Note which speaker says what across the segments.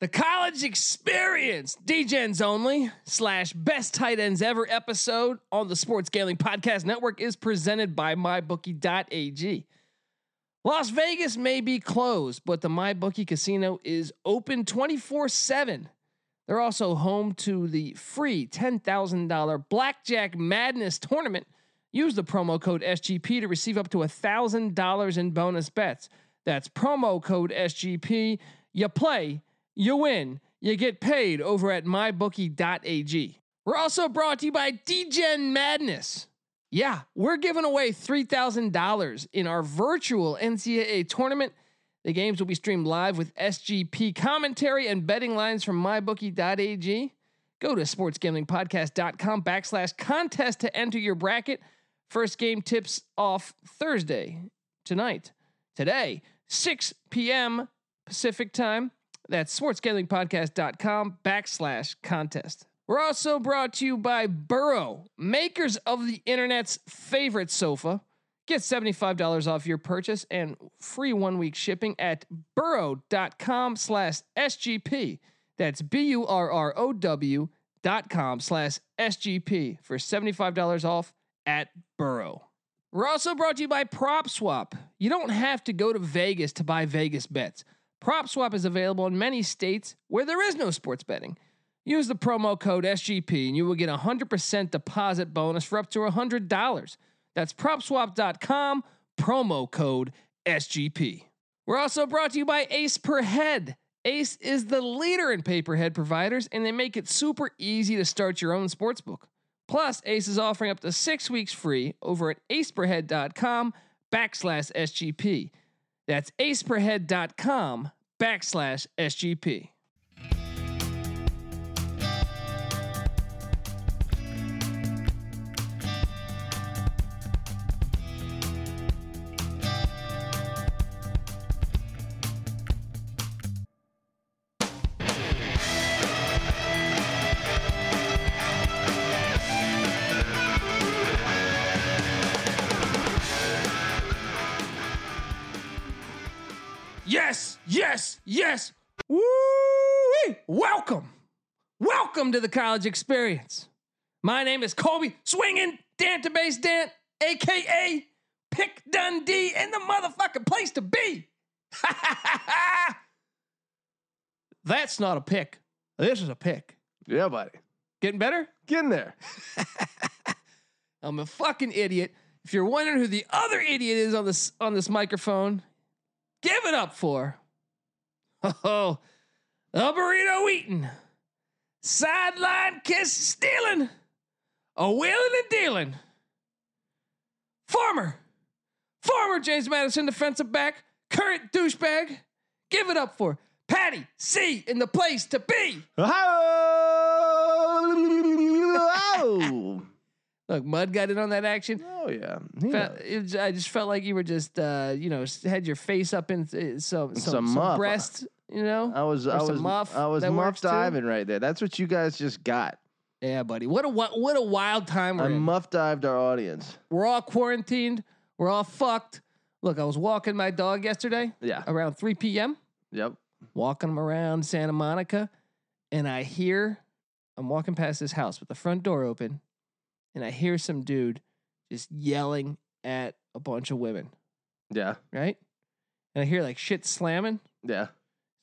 Speaker 1: The college experience, DGens only, slash best tight ends ever episode on the Sports Gambling Podcast Network is presented by MyBookie.ag. Las Vegas may be closed, but the MyBookie Casino is open 24 7. They're also home to the free $10,000 Blackjack Madness tournament. Use the promo code SGP to receive up to $1,000 in bonus bets. That's promo code SGP. You play, you win, you get paid over at mybookie.ag. We're also brought to you by DGen Madness. Yeah, we're giving away $3,000 in our virtual NCAA tournament. The games will be streamed live with SGP commentary and betting lines from mybookie.ag. Go to sportsgamblingpodcast.com backslash contest to enter your bracket. First game tips off Thursday, tonight, today, 6 p.m. Pacific time. That's sportsgamblingpodcast.com backslash contest. We're also brought to you by Burrow, makers of the internet's favorite sofa. Get $75 off your purchase and free one week shipping at burrow.com slash SGP. That's B U R R O W dot com slash SGP for $75 off at Burrow. We're also brought to you by Prop Swap. You don't have to go to Vegas to buy Vegas bets. Prop Swap is available in many states where there is no sports betting. Use the promo code SGP and you will get a 100% deposit bonus for up to $100. That's propswap.com, promo code SGP. We're also brought to you by Ace Per Head. Ace is the leader in paperhead providers, and they make it super easy to start your own sportsbook. Plus, Ace is offering up to six weeks free over at aceperhead.com backslash SGP. That's aceperhead.com backslash SGP. Yes, yes, yes. Woo! Welcome. Welcome to the college experience. My name is Colby Swinging Dantabase Dant, aka Pick Dundee, and the motherfucking place to be. That's not a pick. This is a pick.
Speaker 2: Yeah, buddy.
Speaker 1: Getting better?
Speaker 2: Get in there.
Speaker 1: I'm a fucking idiot. If you're wondering who the other idiot is on this on this microphone, give it up for oh a burrito eating, sideline kiss stealing, a wheeling and dealing. Former, former James Madison defensive back, current douchebag. Give it up for Patty C in the place to be.
Speaker 2: Oh,
Speaker 1: Look, Mud got in on that action.
Speaker 2: oh yeah. He
Speaker 1: Fe-
Speaker 2: knows.
Speaker 1: it, I just felt like you were just, uh, you know, s- had your face up in th- some some,
Speaker 2: Some
Speaker 1: some,
Speaker 2: muff.
Speaker 1: breast, you know.
Speaker 2: I was, I
Speaker 1: Or some
Speaker 2: was,
Speaker 1: muff
Speaker 2: I was
Speaker 1: that
Speaker 2: muff
Speaker 1: works too.
Speaker 2: diving right there. That's what you guys just got.
Speaker 1: yeah, buddy. What a wi- what a wild time we're
Speaker 2: I
Speaker 1: in.
Speaker 2: muff dived our audience.
Speaker 1: We're all quarantined. We're all fucked. Look, I was walking my dog yesterday
Speaker 2: Yeah.
Speaker 1: around 3 p.m.
Speaker 2: Yep.
Speaker 1: Walking him around Santa Monica, and I hear I'm walking past this house with the front door open, and I hear some dude just yelling at a bunch of women,
Speaker 2: Yeah.
Speaker 1: right? And I hear like shit slamming.
Speaker 2: Yeah.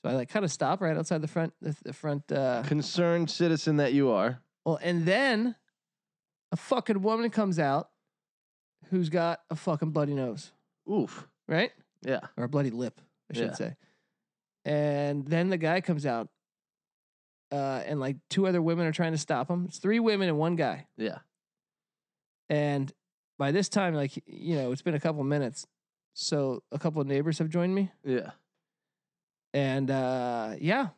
Speaker 1: So I like kind of stop right outside the front, the, the front. Uh,
Speaker 2: Concerned citizen that you are.
Speaker 1: well, and then a fucking woman comes out who's got a fucking bloody nose,
Speaker 2: Oof.
Speaker 1: right?
Speaker 2: Yeah.
Speaker 1: Or a bloody lip, I should
Speaker 2: Yeah.
Speaker 1: say. And then the guy comes out, uh, and like two other women are trying to stop him. It's three women and one guy.
Speaker 2: Yeah.
Speaker 1: And by this time, like you know, it's been a couple minutes, so a couple of neighbors have joined me,
Speaker 2: Yeah.
Speaker 1: and uh, yeah,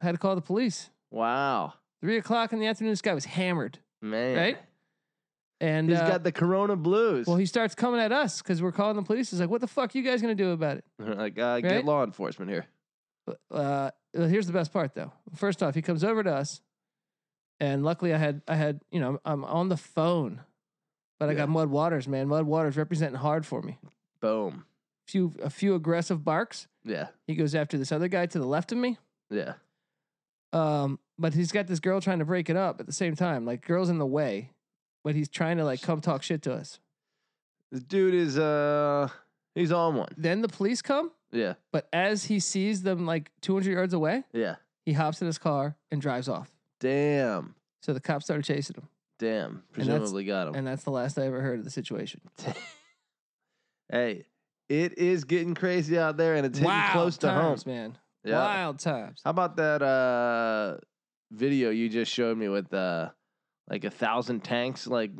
Speaker 1: I had to call the police.
Speaker 2: Wow,
Speaker 1: Three o'clock in the afternoon, this guy was hammered.
Speaker 2: man.
Speaker 1: Right? And
Speaker 2: He's
Speaker 1: uh,
Speaker 2: got the Corona blues.
Speaker 1: well, he starts coming at us because we're calling the police. He's like, "What the fuck you guys gonna do about it?"
Speaker 2: like, uh,
Speaker 1: Right?
Speaker 2: get law enforcement here.
Speaker 1: Uh, well, here's the best part, though. First off, he comes over to us, and luckily, I had I had you know I'm on the phone, but I
Speaker 2: Yeah.
Speaker 1: got Mud Waters, man. Mud Waters representing hard for me.
Speaker 2: Boom.
Speaker 1: Few a few aggressive barks.
Speaker 2: Yeah.
Speaker 1: He goes after this other guy to the left of me.
Speaker 2: Yeah.
Speaker 1: Um, but he's got this girl trying to break it up at the same time. Like girl's in the way, but he's trying to like come talk shit to us.
Speaker 2: This dude is uh he's on one.
Speaker 1: Then the police come,
Speaker 2: Yeah.
Speaker 1: but as he sees them like 200 yards away,
Speaker 2: Yeah.
Speaker 1: he hops in his car and drives off.
Speaker 2: Damn.
Speaker 1: So the cops started chasing him,
Speaker 2: Damn.
Speaker 1: that's-
Speaker 2: Presumably got him.
Speaker 1: and that's the last I ever heard of the situation.
Speaker 2: hey, it is getting crazy out there and it's hitting
Speaker 1: Wild
Speaker 2: close to home.
Speaker 1: times, man.
Speaker 2: Yeah.
Speaker 1: Wild times.
Speaker 2: How about that uh video you just showed me with uh like a thousand tanks like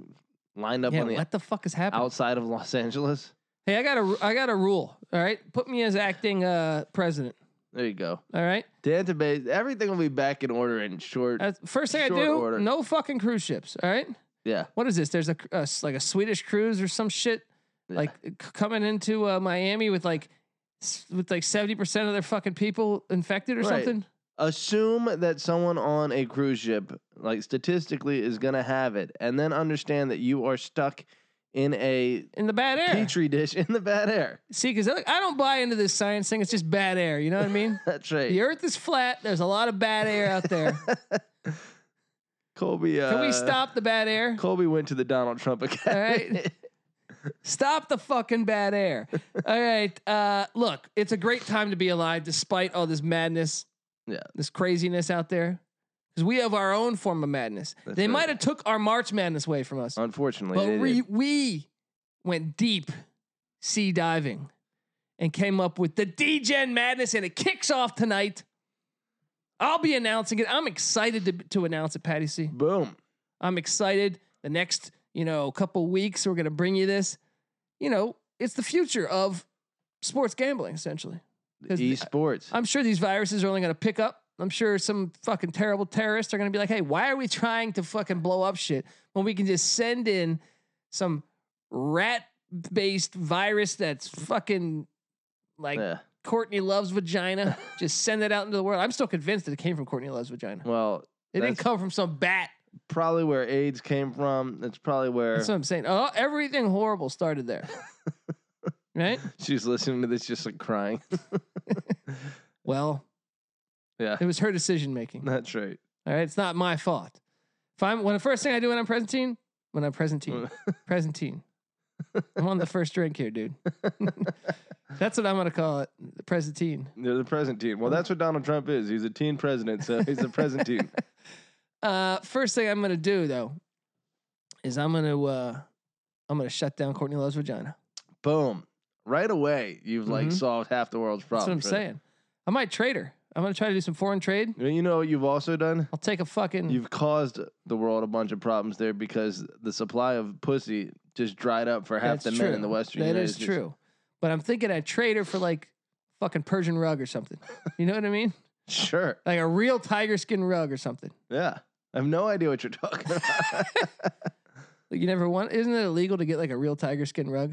Speaker 2: lined up
Speaker 1: Yeah,
Speaker 2: on the
Speaker 1: what the fuck is happening?
Speaker 2: outside of Los Angeles?
Speaker 1: Hey, I got a, I got a rule. All right, put me as acting uh, president.
Speaker 2: There you go.
Speaker 1: All right.
Speaker 2: Database everything will be back in order in short.
Speaker 1: That's, first thing I
Speaker 2: Short
Speaker 1: do,
Speaker 2: order.
Speaker 1: no fucking cruise ships. All right.
Speaker 2: yeah.
Speaker 1: What is this? There's a, a s- like a Swedish cruise or some shit
Speaker 2: Yeah.
Speaker 1: like c- coming into uh, Miami with like s- with like seventy percent of their fucking people infected or
Speaker 2: Right.
Speaker 1: something.
Speaker 2: assume that someone on a cruise ship, like statistically, is going to have it, and then understand that you are stuck in a
Speaker 1: In the bad air.
Speaker 2: petri dish in the bad air.
Speaker 1: See, because I I don't buy into this science thing. It's just bad air. You know what I mean?
Speaker 2: That's right.
Speaker 1: the Earth is flat. There's a lot of bad air out there.
Speaker 2: Colby. Uh,
Speaker 1: Can we stop the bad air?
Speaker 2: Colby went to the Donald Trump Academy.
Speaker 1: right. Stop the fucking bad air. All right. Uh, look, it's a great time to be alive despite all this madness.
Speaker 2: Yeah.
Speaker 1: This craziness out there. Because we have our own form of madness.
Speaker 2: That's
Speaker 1: they
Speaker 2: right.
Speaker 1: might have took our March madness away from us.
Speaker 2: Unfortunately,
Speaker 1: but
Speaker 2: they
Speaker 1: we,
Speaker 2: did.
Speaker 1: we went deep sea diving and came up with the DGen madness and it kicks off tonight. I'll be announcing it. I'm excited to, to announce it, Patty C.
Speaker 2: boom.
Speaker 1: I'm excited. The next, you know, couple weeks, we're going to bring you this. You know, it's the future of sports gambling, essentially. 'Cause the-
Speaker 2: Esports.
Speaker 1: I'm sure these viruses are only going to pick up. I'm sure some fucking terrible terrorists are going to be like, hey, why are we trying to fucking blow up shit when we can just send in some rat based virus that's fucking like
Speaker 2: yeah.
Speaker 1: Courtney Love's vagina? just send it out into the world. I'm still convinced that it came from Courtney Love's vagina.
Speaker 2: Well,
Speaker 1: It didn't
Speaker 2: that's-
Speaker 1: come from some bat.
Speaker 2: probably where AIDS came from. That's probably where
Speaker 1: That's what I'm saying. Oh, everything horrible started there. right?
Speaker 2: she's listening to this, just like crying.
Speaker 1: Well,
Speaker 2: yeah,
Speaker 1: it was her decision making.
Speaker 2: that's right.
Speaker 1: All right. It's not my fault. If I'm when the first thing I do when I'm presenting, when I'm presenting, presenting. I'm on the first drink here, dude. That's what I'm gonna call it. The presenting.
Speaker 2: They're the present team. Well, that's what Donald Trump is. He's a teen president, so he's the present team.
Speaker 1: Uh first thing I'm gonna do though is I'm gonna uh I'm gonna shut down Courtney Love's vagina.
Speaker 2: Boom. Right away, you've like
Speaker 1: Mhm.
Speaker 2: solved half the world's
Speaker 1: That's what I'm
Speaker 2: problems. right?
Speaker 1: saying. I might trade her. I'm gonna try to do some foreign trade.
Speaker 2: You know what you've also done?
Speaker 1: I'll take a fucking
Speaker 2: You've caused the world a bunch of problems there because the supply of pussy just dried up for half
Speaker 1: That's
Speaker 2: the
Speaker 1: true.
Speaker 2: men in the Western
Speaker 1: That
Speaker 2: United
Speaker 1: is
Speaker 2: States.
Speaker 1: true. But I'm thinking I'd trade her for like fucking Persian rug or something. You know what I mean?
Speaker 2: Sure.
Speaker 1: Like a real tiger skin rug or something.
Speaker 2: Yeah. I have no idea what you're talking about.
Speaker 1: Like you never want. Isn't it illegal to get like a real tiger skin rug?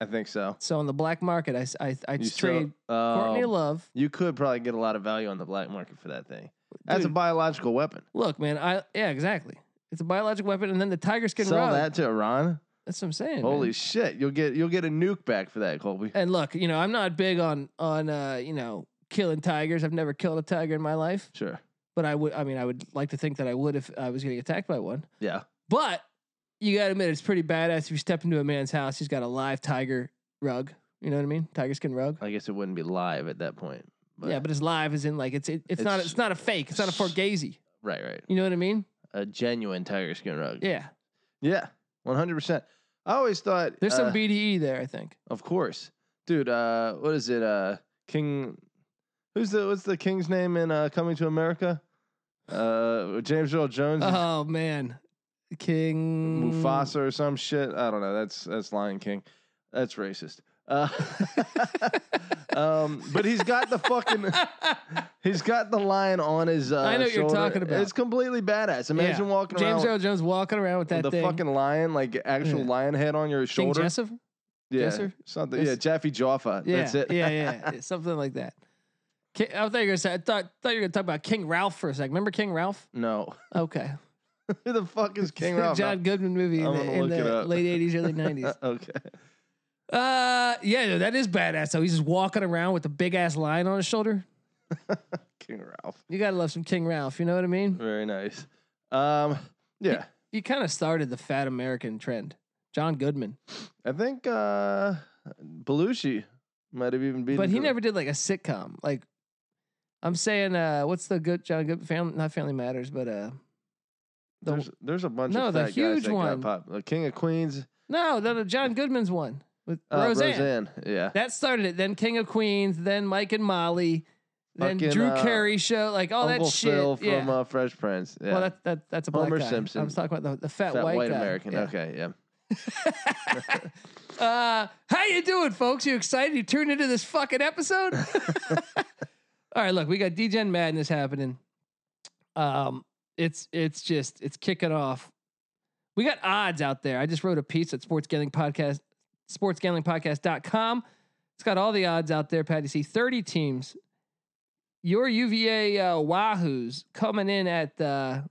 Speaker 2: I think so.
Speaker 1: So on the black market, I s- I I trade
Speaker 2: You still-
Speaker 1: Courtney
Speaker 2: Oh,
Speaker 1: Love.
Speaker 2: you could probably get a lot of value on the black market for that thing. That's a
Speaker 1: Dude,
Speaker 2: biological weapon.
Speaker 1: look, man. I yeah, exactly. It's a biological weapon, and then the tiger skin
Speaker 2: Sell
Speaker 1: rug.
Speaker 2: that to Iran.
Speaker 1: That's what I'm saying. man.
Speaker 2: Holy shit! You'll get you'll get a nuke back for that, Colby.
Speaker 1: And look, you know, I'm not big on on uh, you know killing tigers. I've never killed a tiger in my life,
Speaker 2: Sure.
Speaker 1: but I would. I mean, I would like to think that I would if I was getting attacked by one.
Speaker 2: Yeah.
Speaker 1: But you gotta admit, it's pretty badass if you step into a man's house, he's got a live tiger rug. You know what I mean? Tiger skin rug.
Speaker 2: I guess it wouldn't be live at that point. But,
Speaker 1: yeah, but it's live is in like it's it, it's, not
Speaker 2: It's-
Speaker 1: it's not a fake. It's not a Forgazi.
Speaker 2: right, right.
Speaker 1: You know what I mean?
Speaker 2: A genuine tiger skin rug.
Speaker 1: Yeah.
Speaker 2: Yeah, one hundred percent. I always thought
Speaker 1: There's some
Speaker 2: uh,
Speaker 1: BDE there, I think.
Speaker 2: of course, dude. Uh, what is it? Uh, King. Who's the what's the king's name in uh, Coming to America? Uh, James Earl Jones, is
Speaker 1: Oh man. King
Speaker 2: Mufasa or some shit. I don't know. That's that's Lion King. That's racist. Uh, um, but he's got the fucking. He's got the lion on his. Uh,
Speaker 1: I know what you're
Speaker 2: shoulder.
Speaker 1: talking about.
Speaker 2: It's completely badass. Imagine
Speaker 1: Yeah.
Speaker 2: walking
Speaker 1: James
Speaker 2: around
Speaker 1: Earl Jones walking around with that
Speaker 2: with the
Speaker 1: thing.
Speaker 2: fucking lion, like actual
Speaker 1: Yeah.
Speaker 2: lion head on your
Speaker 1: King
Speaker 2: shoulder.
Speaker 1: Jessup?
Speaker 2: yeah,
Speaker 1: Jesser?
Speaker 2: something.
Speaker 1: That's-
Speaker 2: yeah, Jaffe Jaffa.
Speaker 1: Yeah,
Speaker 2: That's it.
Speaker 1: yeah, yeah, yeah, something like that. Ki- I thought you were gonna say, I thought thought you were gonna talk about King Ralph for a second. Remember King Ralph?
Speaker 2: No,
Speaker 1: Okay,
Speaker 2: who the fuck is King Ralph?
Speaker 1: John Goodman movie in
Speaker 2: I'm
Speaker 1: the,
Speaker 2: gonna
Speaker 1: in
Speaker 2: look it
Speaker 1: the
Speaker 2: up.
Speaker 1: late '80s, early '90s.
Speaker 2: okay.
Speaker 1: Uh, yeah, no, that is badass. So he's just walking around with a big ass lion on his shoulder.
Speaker 2: King Ralph.
Speaker 1: You gotta love some King Ralph. You know what I mean?
Speaker 2: Very nice. Um, yeah,
Speaker 1: You kind of started the fat American trend. John Goodman,
Speaker 2: I think uh, Belushi might have even been.
Speaker 1: but he never did like a sitcom. Like I'm saying, uh, what's the good John Goodman? Family, not Family Matters, but uh, the-
Speaker 2: There's, there's a bunch
Speaker 1: No,
Speaker 2: of
Speaker 1: the
Speaker 2: fat guys
Speaker 1: huge
Speaker 2: that
Speaker 1: one.
Speaker 2: got pop. The King of Queens,
Speaker 1: no, the, the John Goodman's one with
Speaker 2: uh,
Speaker 1: Roseanne.
Speaker 2: Roseanne. Yeah,
Speaker 1: That started it. Then King of Queens. Then Mike and Molly. Then
Speaker 2: Fucking,
Speaker 1: Drew
Speaker 2: uh,
Speaker 1: Carey show. Like all
Speaker 2: Uncle
Speaker 1: that shit.
Speaker 2: Phil
Speaker 1: yeah.
Speaker 2: from uh, Fresh Prince. Yeah,
Speaker 1: Well, that, that that's a black
Speaker 2: Homer
Speaker 1: guy. I
Speaker 2: Simpson.
Speaker 1: was talking about the, the fat,
Speaker 2: Fat
Speaker 1: white,
Speaker 2: white,
Speaker 1: guy.
Speaker 2: American.
Speaker 1: Yeah.
Speaker 2: Okay, yeah.
Speaker 1: Uh, how you doing, folks? You excited? You tuned into this fucking episode? All right, look, we got DGen Madness happening. Um, it's it's just it's kicking off. We got odds out there. I just wrote a piece at Sports Gambling Podcast, sportsgamblingpodcast.com. It's got all the odds out there, Patty C. 30 teams. Your UVA uh, Wahoos coming in at uh,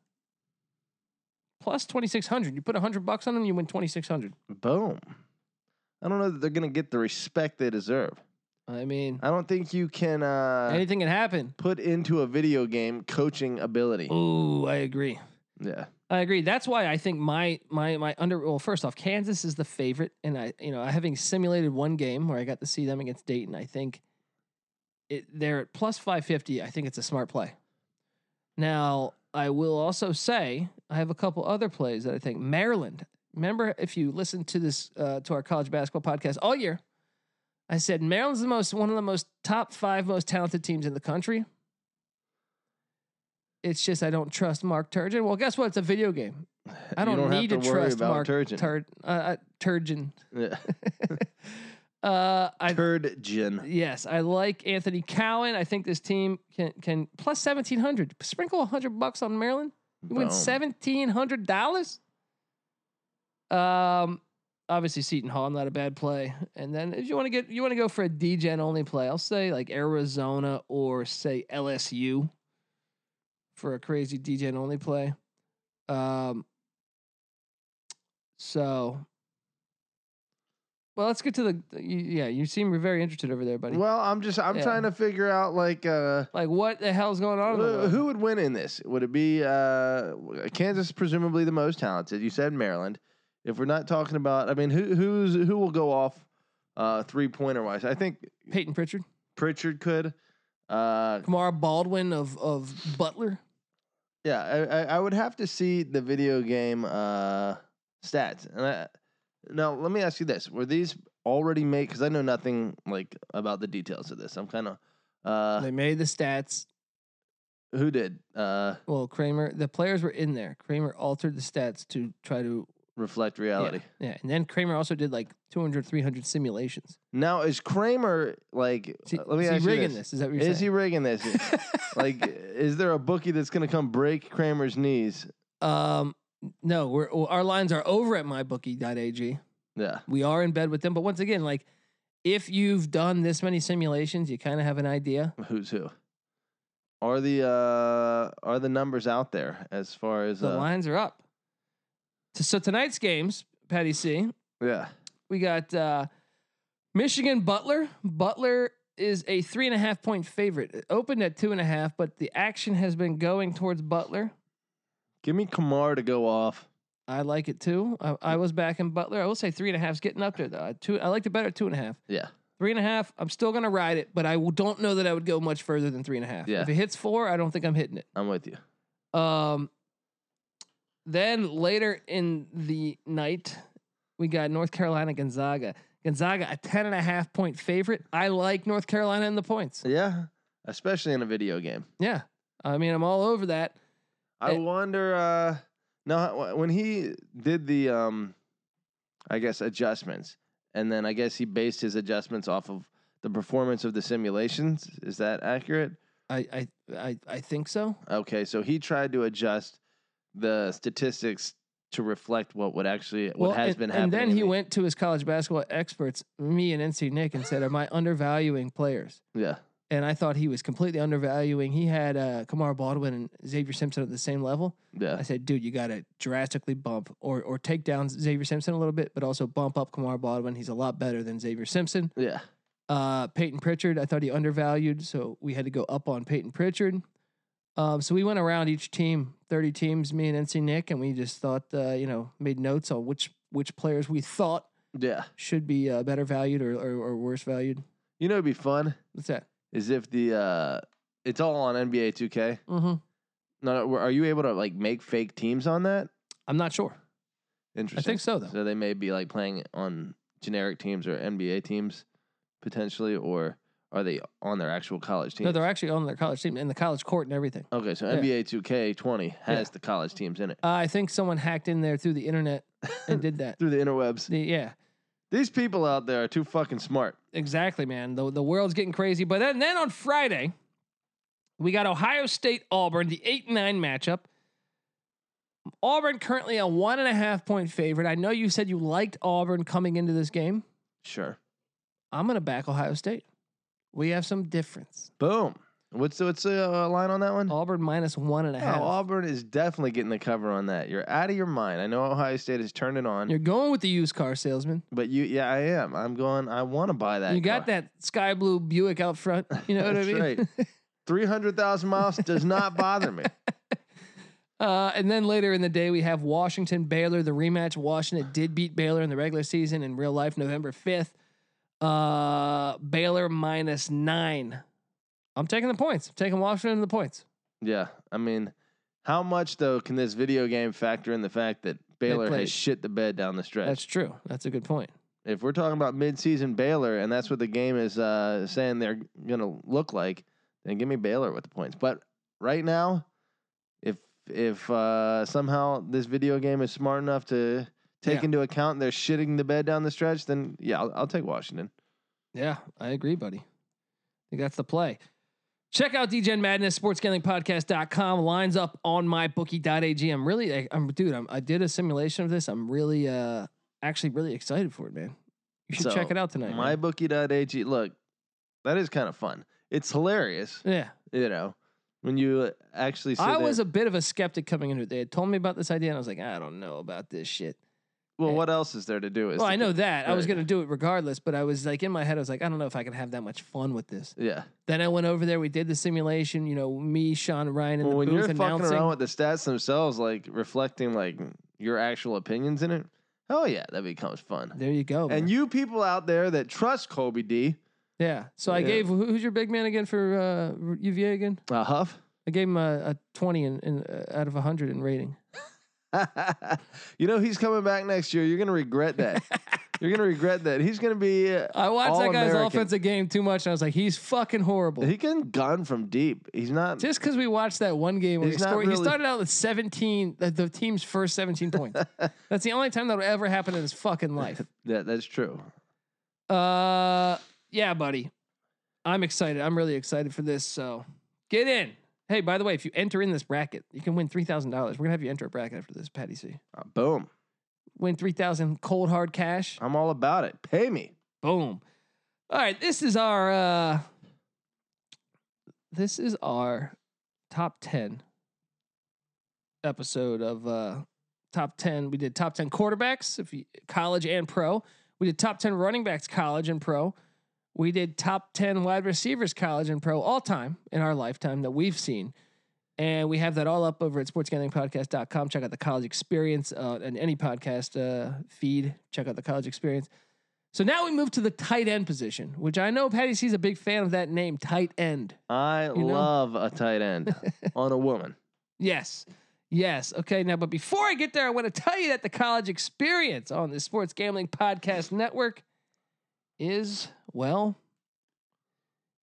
Speaker 1: plus 2,600. You put 100 bucks on them, you win 2,600.
Speaker 2: Boom. I don't know that they're gonna get the respect they deserve.
Speaker 1: I mean,
Speaker 2: I don't think you can uh,
Speaker 1: anything can happen.
Speaker 2: put into a video game coaching ability.
Speaker 1: Oh. Ooh, I agree.
Speaker 2: Yeah,
Speaker 1: I agree. That's why I think my my my under well, first off, Kansas is the favorite, and I you know I having simulated one game where I got to see them against Dayton. I think it they're at plus five fifty. I think it's a smart play. Now I will also say I have a couple other plays that I think Maryland. Remember, if you listen to this uh, to our college basketball podcast all year, I said Maryland's the most one of the most top five most talented teams in the country. It's just I don't trust Mark Turgeon. Well, guess what? It's a video game. I
Speaker 2: You
Speaker 1: don't,
Speaker 2: don't have
Speaker 1: need
Speaker 2: to worry
Speaker 1: trust
Speaker 2: about
Speaker 1: Mark
Speaker 2: Turgeon.
Speaker 1: Tur- uh, uh, Turgeon.
Speaker 2: yeah.
Speaker 1: Uh, I
Speaker 2: Turd gin.
Speaker 1: yes, I like Anthony Cowan. I think this team can can plus seventeen hundred. Sprinkle hundred bucks on Maryland. You win
Speaker 2: Boom.
Speaker 1: seventeen hundred dollars. Um, obviously Seton Hall, not a bad play. And then if you want to get, you want to go for a DGen only play, I'll say like Arizona or say LSU for a crazy DGen only play. Um, so. Well, let's get to the y- yeah. You seem very interested over there, buddy.
Speaker 2: Well, I'm just I'm
Speaker 1: Yeah.
Speaker 2: trying to figure out like uh,
Speaker 1: Like, what the hell's going on? in the
Speaker 2: who,
Speaker 1: world?
Speaker 2: who would win in this. Would it be uh, Kansas, presumably the most talented? You said Maryland. If we're not talking about, I mean, who who's who will go off uh, three pointer wise? I think
Speaker 1: Peyton Pritchard,
Speaker 2: Pritchard could. Uh,
Speaker 1: Kamara Baldwin of of Butler.
Speaker 2: Yeah, I, I I would have to see the video game uh, stats. And I, now, let me ask you this: Were these already made? Because I know nothing like about the details of this. I'm kind of uh,
Speaker 1: they made the stats.
Speaker 2: who did uh,
Speaker 1: Well, Kramer, the players were in there. Kramer altered the stats to try to
Speaker 2: reflect
Speaker 1: yeah,
Speaker 2: reality.
Speaker 1: Yeah, And then Kramer also did like 200, 300 simulations.
Speaker 2: Now is Kramer like?
Speaker 1: Is he,
Speaker 2: uh, let me
Speaker 1: is he
Speaker 2: ask you
Speaker 1: rigging
Speaker 2: this.
Speaker 1: Is that what you're
Speaker 2: Is he
Speaker 1: saying?
Speaker 2: rigging this? like, is there a bookie that's gonna come break Kramer's knees?
Speaker 1: um, no, we're, our lines are over at mybookie.ag.
Speaker 2: Yeah,
Speaker 1: We are in bed with them. But once again, like if you've done this many simulations, you kind of have an idea.
Speaker 2: who's who? Are the uh, are the numbers out there as far as
Speaker 1: The
Speaker 2: uh,
Speaker 1: lines are up. T- So tonight's games, Patty C,
Speaker 2: yeah?
Speaker 1: We got uh, Michigan Butler. Butler is a three and a half point favorite. It opened at two and a half, but the action has been going towards Butler.
Speaker 2: Give me Kamar to go off.
Speaker 1: I like it too. I, I was back in Butler. I will say three and a half's getting up there though. I, two, I liked it better at two and a half.
Speaker 2: Yeah.
Speaker 1: Three and a half, I'm still gonna ride it, but I w- don't know that I would go much further than three and a half.
Speaker 2: Yeah.
Speaker 1: If it hits four, I don't think I'm hitting it.
Speaker 2: I'm with you.
Speaker 1: Um, then later in the night, we got North Carolina Gonzaga. Gonzaga, a 10 and a half point favorite. I like North Carolina in the points.
Speaker 2: Yeah. Especially in a video game.
Speaker 1: Yeah. I mean, I'm all over that.
Speaker 2: I
Speaker 1: Eh.
Speaker 2: wonder uh no when he did the um I guess adjustments and then I guess he based his adjustments off of the performance of the simulations. Is that accurate?
Speaker 1: I I I, I think so.
Speaker 2: Okay, so he tried to adjust the statistics to reflect what would actually what has
Speaker 1: and,
Speaker 2: been
Speaker 1: and
Speaker 2: happening.
Speaker 1: then
Speaker 2: in
Speaker 1: he
Speaker 2: the-
Speaker 1: went to his college basketball experts, me and NC Nick, and said, "Am I undervaluing players?"
Speaker 2: Yeah.
Speaker 1: And I thought he was completely undervaluing. He had uh, Kamar Baldwin and Xavier Simpson at the same level.
Speaker 2: Yeah.
Speaker 1: I said, dude, you got to drastically bump or or take down Xavier Simpson a little bit, but also bump up Kamar Baldwin. He's a lot better than Xavier Simpson.
Speaker 2: Yeah.
Speaker 1: Uh, Peyton Pritchard, I thought he undervalued, so we had to go up on Peyton Pritchard. Um, so we went around each team, 30 teams, me and NC Nick, and we just thought, uh, you know, made notes on which which players we thought
Speaker 2: Yeah.
Speaker 1: should be uh, better valued or, or, or worse valued.
Speaker 2: You know, it'd be fun
Speaker 1: What's that?
Speaker 2: is if the uh, it's all on NBA 2K.
Speaker 1: Mm-hmm.
Speaker 2: No, no, are you able to like make fake teams on that?
Speaker 1: I'm not sure. I
Speaker 2: Interesting.
Speaker 1: think so though.
Speaker 2: So they may be like playing on generic teams or NBA teams potentially, or are they on their actual college teams?
Speaker 1: No, they're actually on their college team and the college court and everything.
Speaker 2: okay, so
Speaker 1: yeah.
Speaker 2: NBA 2K20 has
Speaker 1: Yeah.
Speaker 2: the college teams in it
Speaker 1: Uh, I think someone hacked in there through the internet and did that.
Speaker 2: through the interwebs.
Speaker 1: The- yeah,
Speaker 2: These people out there are too fucking smart.
Speaker 1: exactly, man. The the world's getting crazy. But then then on Friday, we got Ohio State Auburn, the eight nine matchup. Auburn currently a one and a half point favorite. I know you said you liked Auburn coming into this game.
Speaker 2: Sure.
Speaker 1: I'm gonna back Ohio State. We have some difference.
Speaker 2: Boom. What's the, what's the uh, line on that one?
Speaker 1: Auburn minus one and a
Speaker 2: Oh,
Speaker 1: half.
Speaker 2: Auburn is definitely getting the cover on that. You're out of your mind. I know Ohio State has turned it on,
Speaker 1: You're going with the used car salesman.
Speaker 2: but you, yeah, I am. I'm going. I want to buy that.
Speaker 1: you got
Speaker 2: car.
Speaker 1: that sky blue Buick out front. You know what I
Speaker 2: That's
Speaker 1: mean?
Speaker 2: right. Three hundred thousand miles does not bother me.
Speaker 1: Uh, and then later in the day, we have Washington Baylor, the rematch. Washington did beat Baylor in the regular season in real life, November 5th. Uh, Baylor minus nine. I'm taking the points. I'm taking Washington the points.
Speaker 2: Yeah, I mean, how much though can this video game factor in the fact that Baylor
Speaker 1: played.
Speaker 2: has shit the bed down the stretch?
Speaker 1: That's true. That's a good point.
Speaker 2: if we're talking about midseason Baylor and that's what the game is uh, saying they're going to look like, then give me Baylor with the points. But right now, if if uh, somehow this video game is smart enough to take
Speaker 1: Yeah.
Speaker 2: into account they're shitting the bed down the stretch, then yeah, I'll, I'll take Washington.
Speaker 1: Yeah, I agree, buddy. I think that's the play. Check out DGen Madness, sportsgamblingpodcast.com. Lines up on mybookie.ag. I'm really, I, am dude, I'm, I did a simulation of this. I'm really, uh, actually really excited for it, man. You should
Speaker 2: So,
Speaker 1: check it out tonight. man.
Speaker 2: MyBookie.ag. Look, that is kind of fun. It's hilarious,
Speaker 1: yeah.
Speaker 2: you know, when you uh, actually. Sit
Speaker 1: I
Speaker 2: there-
Speaker 1: was a bit of a skeptic coming into it. They had told me about this idea, and I was like, I don't know about this shit.
Speaker 2: well. What else is there to do? Is
Speaker 1: eh, Well,
Speaker 2: the-
Speaker 1: I know that. I was
Speaker 2: Right.
Speaker 1: going to do it regardless, but I was like, in my head, I was like, I don't know if I can have that much fun with this.
Speaker 2: Yeah.
Speaker 1: Then I went over there. We did the simulation, you know, me, Sean, and Ryan in
Speaker 2: well,
Speaker 1: the
Speaker 2: when
Speaker 1: booth
Speaker 2: you're fucking
Speaker 1: announcing.
Speaker 2: around with the stats themselves, like reflecting like your actual opinions in it, hell yeah, that becomes fun.
Speaker 1: there you go. man.
Speaker 2: And you people out there that trust Kobe D,
Speaker 1: yeah. So I
Speaker 2: Yeah.
Speaker 1: gave, who- who's your big man again for uh, UVA again?
Speaker 2: uh, Huff,
Speaker 1: I gave him a, a 20 in, in, uh, out of 100 in rating.
Speaker 2: you know he's coming back next year. You're gonna regret that. you're gonna regret that. He's gonna be. uh,
Speaker 1: I watched that guy's
Speaker 2: All-American.
Speaker 1: offensive game too much, and I was like, he's fucking horrible.
Speaker 2: He can gun from deep. He's not.
Speaker 1: Just because we watched that one game where he
Speaker 2: He's not
Speaker 1: scored, he
Speaker 2: really-
Speaker 1: started out with 17, the, the team's first 17 points. That's the only time that'll ever happen in his fucking life.
Speaker 2: Yeah, that's true.
Speaker 1: Uh, yeah, buddy. I'm excited. I'm really excited for this. So get in. Hey, by the way, if you enter in this bracket, you can win $3,000. We're going to have you enter a bracket after this, Patty C.
Speaker 2: Uh, boom.
Speaker 1: Win 3000 cold hard cash.
Speaker 2: I'm all about it. Pay me.
Speaker 1: Boom. All right, this is our uh this is our top 10 episode of uh top 10. We did top 10 quarterbacks, if you, college and pro. We did top 10 running backs college and pro. We did top 10 wide receivers college and pro all time in our lifetime that we've seen. And we have that all up over at sportsgamblingpodcast.com. Check out the college experience uh, and any podcast uh, feed. Check out the college experience. So now we move to the tight end position, which I know Patty C's a big fan of that name, tight end.
Speaker 2: I
Speaker 1: You know-
Speaker 2: love a tight end on a woman.
Speaker 1: Yes. Yes. Okay. Now, but before I get there, I want to tell you that the college experience on the Sports Gambling Podcast Network is, well,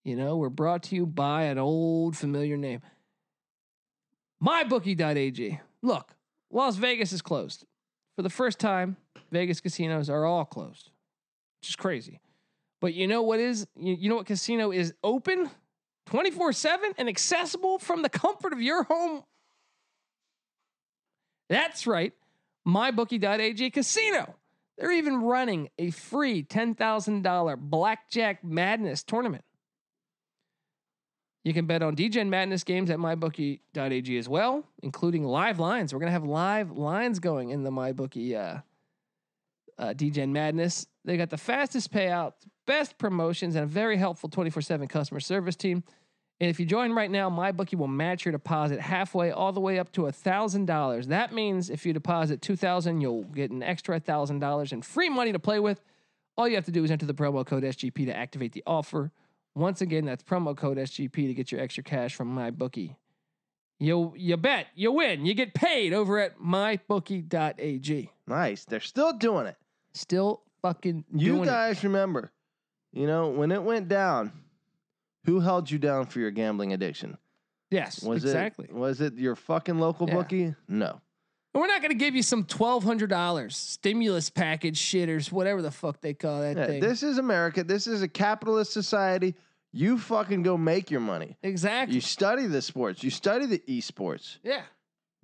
Speaker 1: you know, we're brought to you by an old familiar name mybookie.ag. Look, Las Vegas is closed. For the first time, Vegas casinos are all closed, which is crazy. But you know what is, you, you know what casino is open 24 7 and accessible from the comfort of your home that's right. MyBookie.ag Casino. They're even running a free $10,000 Blackjack Madness tournament. You can bet on DGen Madness games at MyBookie.ag as well, including live lines. We're going to have live lines going in the MyBookie uh, uh, DGen Madness. They got the fastest payout, best promotions, and a very helpful 24 7 customer service team. And if you join right now, MyBookie will match your deposit halfway, all the way up to $1,000. That means if you deposit 2000 you'll get an extra $1,000 in free money to play with. All you have to do is enter the promo code SGP to activate the offer. Once again, that's promo code SGP to get your extra cash from MyBookie. You, you bet, you win, you get paid over at mybookie.ag
Speaker 2: Nice. They're still doing it.
Speaker 1: still fucking
Speaker 2: You
Speaker 1: doing
Speaker 2: guys remember, you know, when it went down, who held you down for your gambling addiction?
Speaker 1: it. Yes,
Speaker 2: Was
Speaker 1: exactly.
Speaker 2: it was it your fucking local
Speaker 1: Yeah.
Speaker 2: bookie? No.
Speaker 1: And we're not going to give you some twelve hundred dollars stimulus package shitters, whatever the fuck they call that
Speaker 2: Yeah,
Speaker 1: thing.
Speaker 2: this is America. This is a capitalist society. You fucking go make your money.
Speaker 1: exactly.
Speaker 2: You study the sports. You study the esports.
Speaker 1: yeah,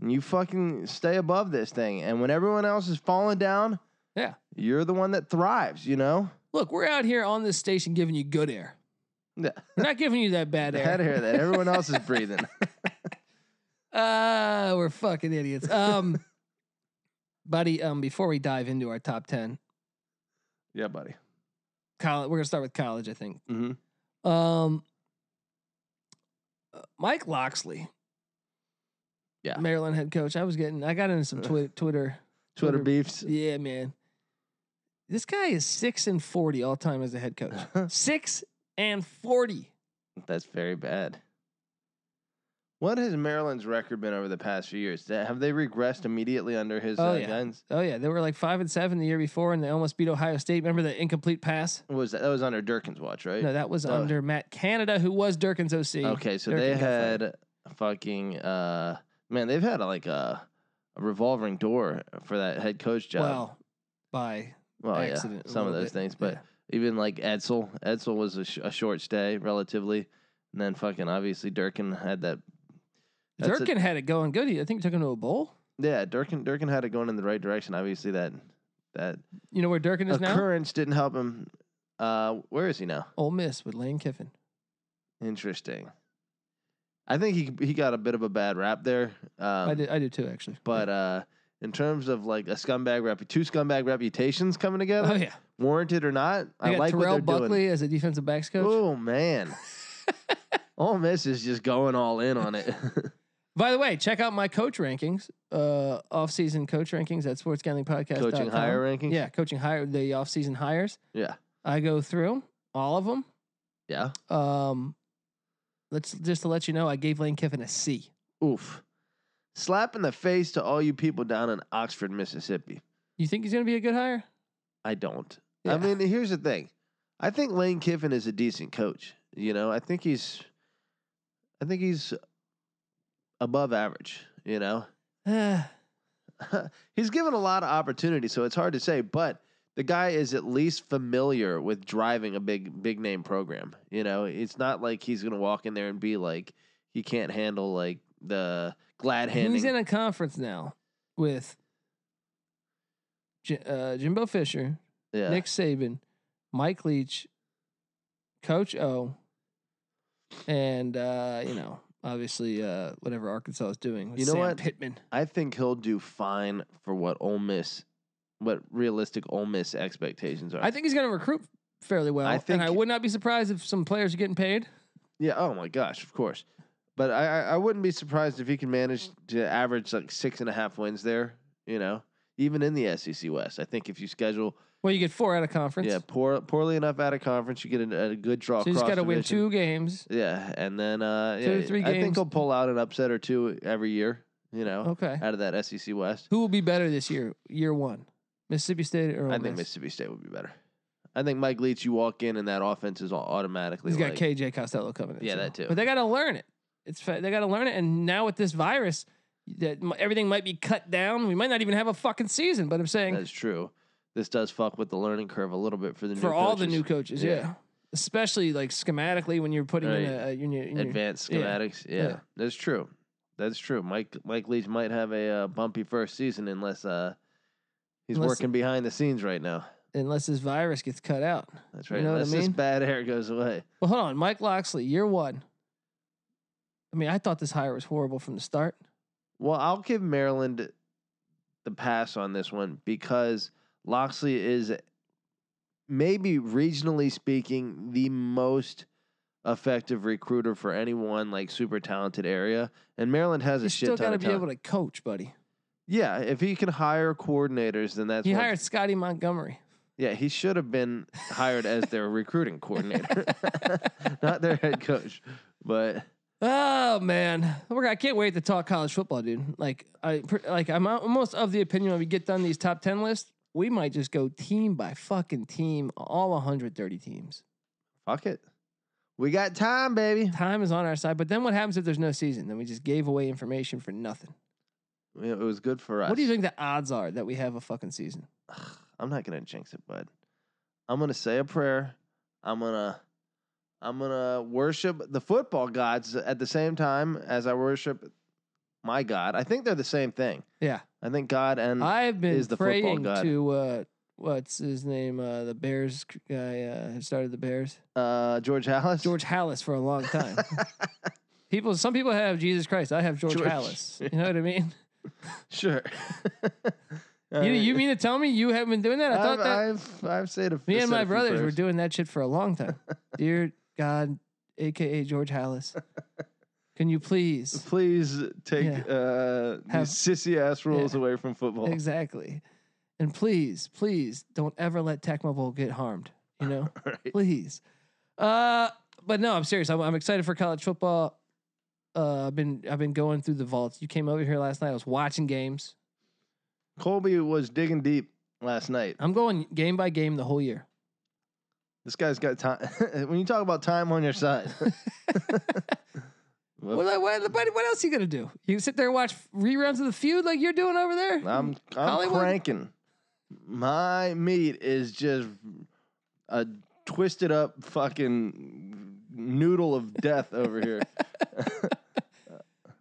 Speaker 2: And you fucking stay above this thing. And when everyone else is falling down,
Speaker 1: yeah.
Speaker 2: you're the one that thrives, you know?
Speaker 1: Look, we're out here on this station giving you good air.
Speaker 2: Yeah.
Speaker 1: We're not giving you that bad
Speaker 2: Out of
Speaker 1: air.
Speaker 2: here that everyone else is breathing.
Speaker 1: Ah, we're fucking idiots. Um, buddy. Um, before we dive into our top ten,
Speaker 2: yeah, buddy.
Speaker 1: college. We're gonna start with college. I think.
Speaker 2: Mm-hmm.
Speaker 1: Um, uh, Mike Loxley.
Speaker 2: Yeah.
Speaker 1: Maryland head coach. I was getting. I got into some twi- Twitter.
Speaker 2: Twitter
Speaker 1: Twitter-
Speaker 2: beefs.
Speaker 1: Yeah, man. This guy is six and forty all time as a head coach. Six and forty.
Speaker 2: That's very bad. What has Maryland's record been over the past few years? Th- Have they regressed immediately under his
Speaker 1: Oh,
Speaker 2: uh,
Speaker 1: yeah.
Speaker 2: guidance?
Speaker 1: Oh yeah, they were like five and seven the year before, and they almost beat Ohio State. Remember the incomplete pass?
Speaker 2: Was that, that was under Durkin's watch, right?
Speaker 1: No, that was
Speaker 2: Oh.
Speaker 1: under Matt Canada, who was Durkin's OC.
Speaker 2: Okay, so
Speaker 1: Durkin
Speaker 2: they
Speaker 1: got fired.
Speaker 2: had fucking uh man, they've had like a, a revolving door for that head coach job.
Speaker 1: well by
Speaker 2: Well,
Speaker 1: accident a
Speaker 2: yeah, some of
Speaker 1: little
Speaker 2: those
Speaker 1: bit,
Speaker 2: things, but
Speaker 1: yeah.
Speaker 2: even like Edsel, Edsel was a, sh- a short stay relatively, and then fucking obviously Durkin had that. that's a-
Speaker 1: Durkin had it going good. He- I think he took him to a bowl.
Speaker 2: yeah, Durkin Durkin had it going in the right direction. Obviously that that
Speaker 1: You know where Durkin is now?
Speaker 2: occurrence didn't help him. Uh, where is he now?
Speaker 1: Ole Miss with Lane Kiffin.
Speaker 2: Interesting. I think he he got a bit of a bad rap there. Um,
Speaker 1: I do, I do too, actually.
Speaker 2: But uh, in terms of like a scumbag rep, two scumbag reputations coming together,
Speaker 1: oh yeah,
Speaker 2: warranted or not,
Speaker 1: I
Speaker 2: uh, I
Speaker 1: got
Speaker 2: like what
Speaker 1: Terrell
Speaker 2: they're
Speaker 1: Buckley as a defensive backs
Speaker 2: doing.
Speaker 1: coach.
Speaker 2: Oh man, Ole Miss is just going all in on it.
Speaker 1: By the way, check out my coach rankings, uh, off-season coach rankings at sportsgamblingpodcast.com.
Speaker 2: Coaching higher rankings.
Speaker 1: Yeah, coaching hire the off-season hires.
Speaker 2: yeah,
Speaker 1: I go through all of them.
Speaker 2: yeah.
Speaker 1: Um, let's just to let you know, I gave Lane Kiffin a C.
Speaker 2: Oof. Slap in the face to all you people down in Oxford, Mississippi.
Speaker 1: You think he's going to be a good hire?
Speaker 2: I don't.
Speaker 1: Yeah.
Speaker 2: I mean, here's the thing. I think Lane Kiffin is a decent coach. You know, I think he's, I think he's above average. You know,
Speaker 1: Ah,
Speaker 2: he's given a lot of opportunity, so it's hard to say. But the guy is at least familiar with driving a big, big name program. You know, it's not like he's gonna walk in there and be like he can't handle like the glad handing.
Speaker 1: he's in a conference now with J- uh, Jimbo Fisher,
Speaker 2: yeah.
Speaker 1: Nick Saban, Mike Leach, Coach O, and uh, you know, obviously uh, whatever Arkansas is doing. with
Speaker 2: You know
Speaker 1: Sam
Speaker 2: what?
Speaker 1: Pittman.
Speaker 2: I think he'll do fine for what Ole Miss, what realistic Ole Miss expectations are.
Speaker 1: I think he's going to recruit fairly well.
Speaker 2: Uh, I
Speaker 1: and
Speaker 2: think-
Speaker 1: I would not be surprised if some players are getting paid.
Speaker 2: Yeah. Oh my gosh. Of course. But I, I I wouldn't be surprised if he can manage to average like six and a half wins there. You know, even in the SEC West, I think if you schedule
Speaker 1: Well, you get four out of conference.
Speaker 2: yeah poor, poorly enough out of conference, you get a, a good draw.
Speaker 1: so you just
Speaker 2: across
Speaker 1: got to win
Speaker 2: division.
Speaker 1: two games.
Speaker 2: Yeah, and then uh,
Speaker 1: Two,
Speaker 2: yeah,
Speaker 1: three
Speaker 2: I
Speaker 1: games.
Speaker 2: think he'll pull out an upset or two every year. You know,
Speaker 1: Okay.
Speaker 2: out of that SEC West,
Speaker 1: Who will be better this year? Year one, Mississippi State or Ole
Speaker 2: I think
Speaker 1: Miss?
Speaker 2: Mississippi State would be better. I think Mike Leach, you walk in and that offense is au- automatically
Speaker 1: He's got
Speaker 2: like,
Speaker 1: KJ Costello coming in.
Speaker 2: Yeah,
Speaker 1: so-
Speaker 2: that too.
Speaker 1: But they got to learn it. It's fa- they got to learn it. And now with this virus, that m- everything might be cut down. We might not even have a fucking season. But I'm saying
Speaker 2: that's true. This does fuck with the learning curve a little bit for the
Speaker 1: for
Speaker 2: new
Speaker 1: all the
Speaker 2: coaches.
Speaker 1: new coaches, yeah.
Speaker 2: Yeah.
Speaker 1: especially like schematically when you're putting in
Speaker 2: Right.
Speaker 1: a, a in your- in your-
Speaker 2: advanced
Speaker 1: yeah.
Speaker 2: schematics. Yeah.
Speaker 1: Yeah.
Speaker 2: that's true. That's true. Mike Mike Leach might have a uh, bumpy first season unless uh, he's
Speaker 1: Unless-
Speaker 2: working behind the scenes right now.
Speaker 1: unless this virus gets cut out.
Speaker 2: That's
Speaker 1: You
Speaker 2: right.
Speaker 1: know what I
Speaker 2: unless this
Speaker 1: mean?
Speaker 2: bad hair goes away.
Speaker 1: Well, hold on, Mike Loxley, year one. I mean, I thought this hire was horrible from the start.
Speaker 2: Well, I'll give Maryland the pass on this one because Loxley is maybe regionally speaking the most effective recruiter for anyone like super talented area. And Maryland has a
Speaker 1: You
Speaker 2: shit
Speaker 1: still
Speaker 2: ton
Speaker 1: got to
Speaker 2: of
Speaker 1: be
Speaker 2: talent.
Speaker 1: able to coach, buddy.
Speaker 2: yeah, if he can hire coordinators, then that's
Speaker 1: He
Speaker 2: one-
Speaker 1: hired Scotty Montgomery.
Speaker 2: Yeah, he should have been hired as their recruiting coordinator, not their head coach. But
Speaker 1: Oh man, We're- I can't wait to talk college football, dude. Like I, pr- like I'm al- almost of the opinion when we get done these top ten lists, we might just go team by fucking team, all 130 teams.
Speaker 2: fuck it, we got time, baby.
Speaker 1: Time is on our side, but then what happens if there's no season? Then we just gave away information for nothing.
Speaker 2: It was good for us.
Speaker 1: What do you think the odds are that we have a fucking season?
Speaker 2: Ugh, I'm not gonna jinx it, bud. I'm gonna say a prayer. I'm gonna I'm gonna worship the football gods at the same time as I worship my God. I think they're the same thing.
Speaker 1: Yeah,
Speaker 2: I think God and
Speaker 1: I've been
Speaker 2: Mm. is the football
Speaker 1: praying
Speaker 2: god.
Speaker 1: to uh, what's his name, uh, the Bears guy uh, who started the Bears.
Speaker 2: uh, George Hallis.
Speaker 1: George Hallis for a long time. people, some people have Jesus Christ. I have George,
Speaker 2: George.
Speaker 1: Hallis. You know what I mean?
Speaker 2: sure. I
Speaker 1: you, you mean to tell me you haven't been doing that? I thought
Speaker 2: Uh, I've,
Speaker 1: that
Speaker 2: I've I've said a
Speaker 1: me and
Speaker 2: said a
Speaker 1: my
Speaker 2: few
Speaker 1: brothers were
Speaker 2: prayers.
Speaker 1: doing that shit for a long time. Dear God, aka George Hallis, can you please?
Speaker 2: Please take
Speaker 1: Yeah.
Speaker 2: uh,
Speaker 1: Have-
Speaker 2: these sissy ass rules
Speaker 1: Yeah.
Speaker 2: away from football.
Speaker 1: Exactly. And please, please don't ever let Tecmo get harmed. You know?
Speaker 2: Right.
Speaker 1: please. Uh, but no, I'm serious. I'm, I'm excited for college football. Uh, I've been I've been going through the vaults. You came over here last night. I was watching games.
Speaker 2: Colby was digging deep last night.
Speaker 1: I'm going game by game the whole year.
Speaker 2: This guy's got time. when you talk about time on your side,
Speaker 1: What, what, what, what else you gonna do? You can sit there and watch reruns of the feud like you're doing over there.
Speaker 2: I'm I'm
Speaker 1: Hollywood?
Speaker 2: cranking. My meat is just a twisted up fucking noodle of death over here.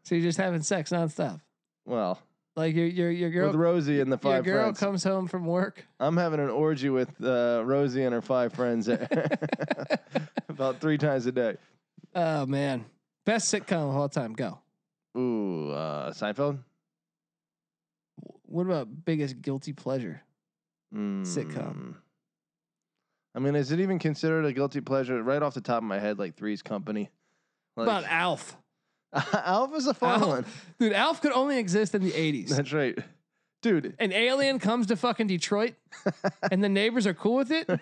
Speaker 1: so you're just having sex nonstop.
Speaker 2: Well,
Speaker 1: Like your your your
Speaker 2: with
Speaker 1: girl
Speaker 2: Rosie and the
Speaker 1: your
Speaker 2: five
Speaker 1: girl
Speaker 2: friends,
Speaker 1: comes home from work.
Speaker 2: I'm having an orgy with uh, Rosie and her five friends about three times a day.
Speaker 1: Oh man, best sitcom of all time. Go.
Speaker 2: Ooh, uh, Seinfeld
Speaker 1: What about biggest guilty pleasure? Sitcom.
Speaker 2: Mm. I mean, is it even considered a guilty pleasure? Right off the top of my head, like Three's Company.
Speaker 1: What
Speaker 2: Like,
Speaker 1: about Alf?
Speaker 2: Alf is a fun
Speaker 1: Alf-
Speaker 2: one.
Speaker 1: Dude, Alf could only exist in the 80s.
Speaker 2: That's right, dude.
Speaker 1: an alien comes to fucking Detroit and the neighbors are cool with it.
Speaker 2: Right.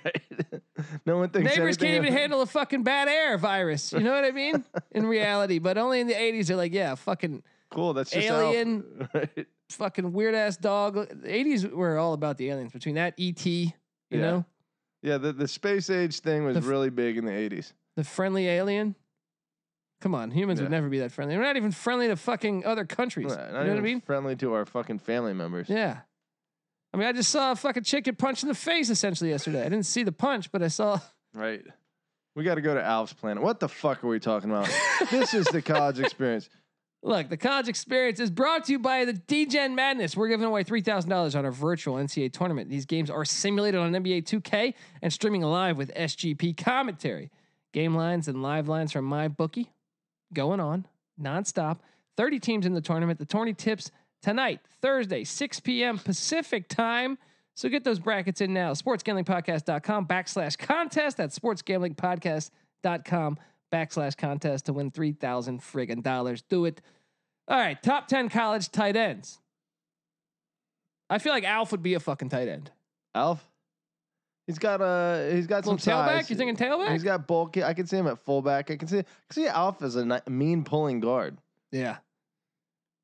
Speaker 2: no one thinks
Speaker 1: Neighbors can't
Speaker 2: anything
Speaker 1: even
Speaker 2: of-
Speaker 1: handle a fucking bad air virus. You know what I mean? In reality, but only in the 80s they're like, yeah, fucking
Speaker 2: Cool, that's just Alf.
Speaker 1: Alien.
Speaker 2: Right.
Speaker 1: fucking weird ass dog. The 80s were all about the aliens between that ET, you
Speaker 2: Yeah.
Speaker 1: know,
Speaker 2: Yeah, the, the space age thing was
Speaker 1: The f-
Speaker 2: really big in the eighties.
Speaker 1: the friendly alien. Come on, humans would
Speaker 2: Yeah.
Speaker 1: never be that friendly. We're not even friendly to fucking other countries.
Speaker 2: Not
Speaker 1: you know what I
Speaker 2: even
Speaker 1: mean?
Speaker 2: Friendly to our fucking family members.
Speaker 1: Yeah. I mean, I just saw a fucking chick get punched in the face essentially yesterday. I didn't see the punch, but I saw
Speaker 2: Right. We got to go to Alf's planet. What the fuck are we talking about? this is the college experience.
Speaker 1: Look, the college experience is brought to you by the DGen Madness. We're giving away $3,000 on our virtual NCAA tournament. These games are simulated on NBA 2K and streaming live with SGP commentary. Game lines and live lines from my bookie going on nonstop. 30 teams in the tournament. The tourney tips tonight, Thursday, 6 p.m. Pacific time. So get those brackets in now. SportsGamblingPodcast.com backslash contest. That's SportsGamblingPodcast.com backslash contest to win 3000 friggin' dollars. Do it. All right, top 10 college tight ends. I feel like Alf would be a fucking tight end.
Speaker 2: Alf. He's got uh, he's got
Speaker 1: Little
Speaker 2: some
Speaker 1: tailback?
Speaker 2: size.
Speaker 1: You thinking tailback?
Speaker 2: He's got bulky. I can see him at fullback. I can see I can see Alf as a ni- mean pulling guard.
Speaker 1: Yeah.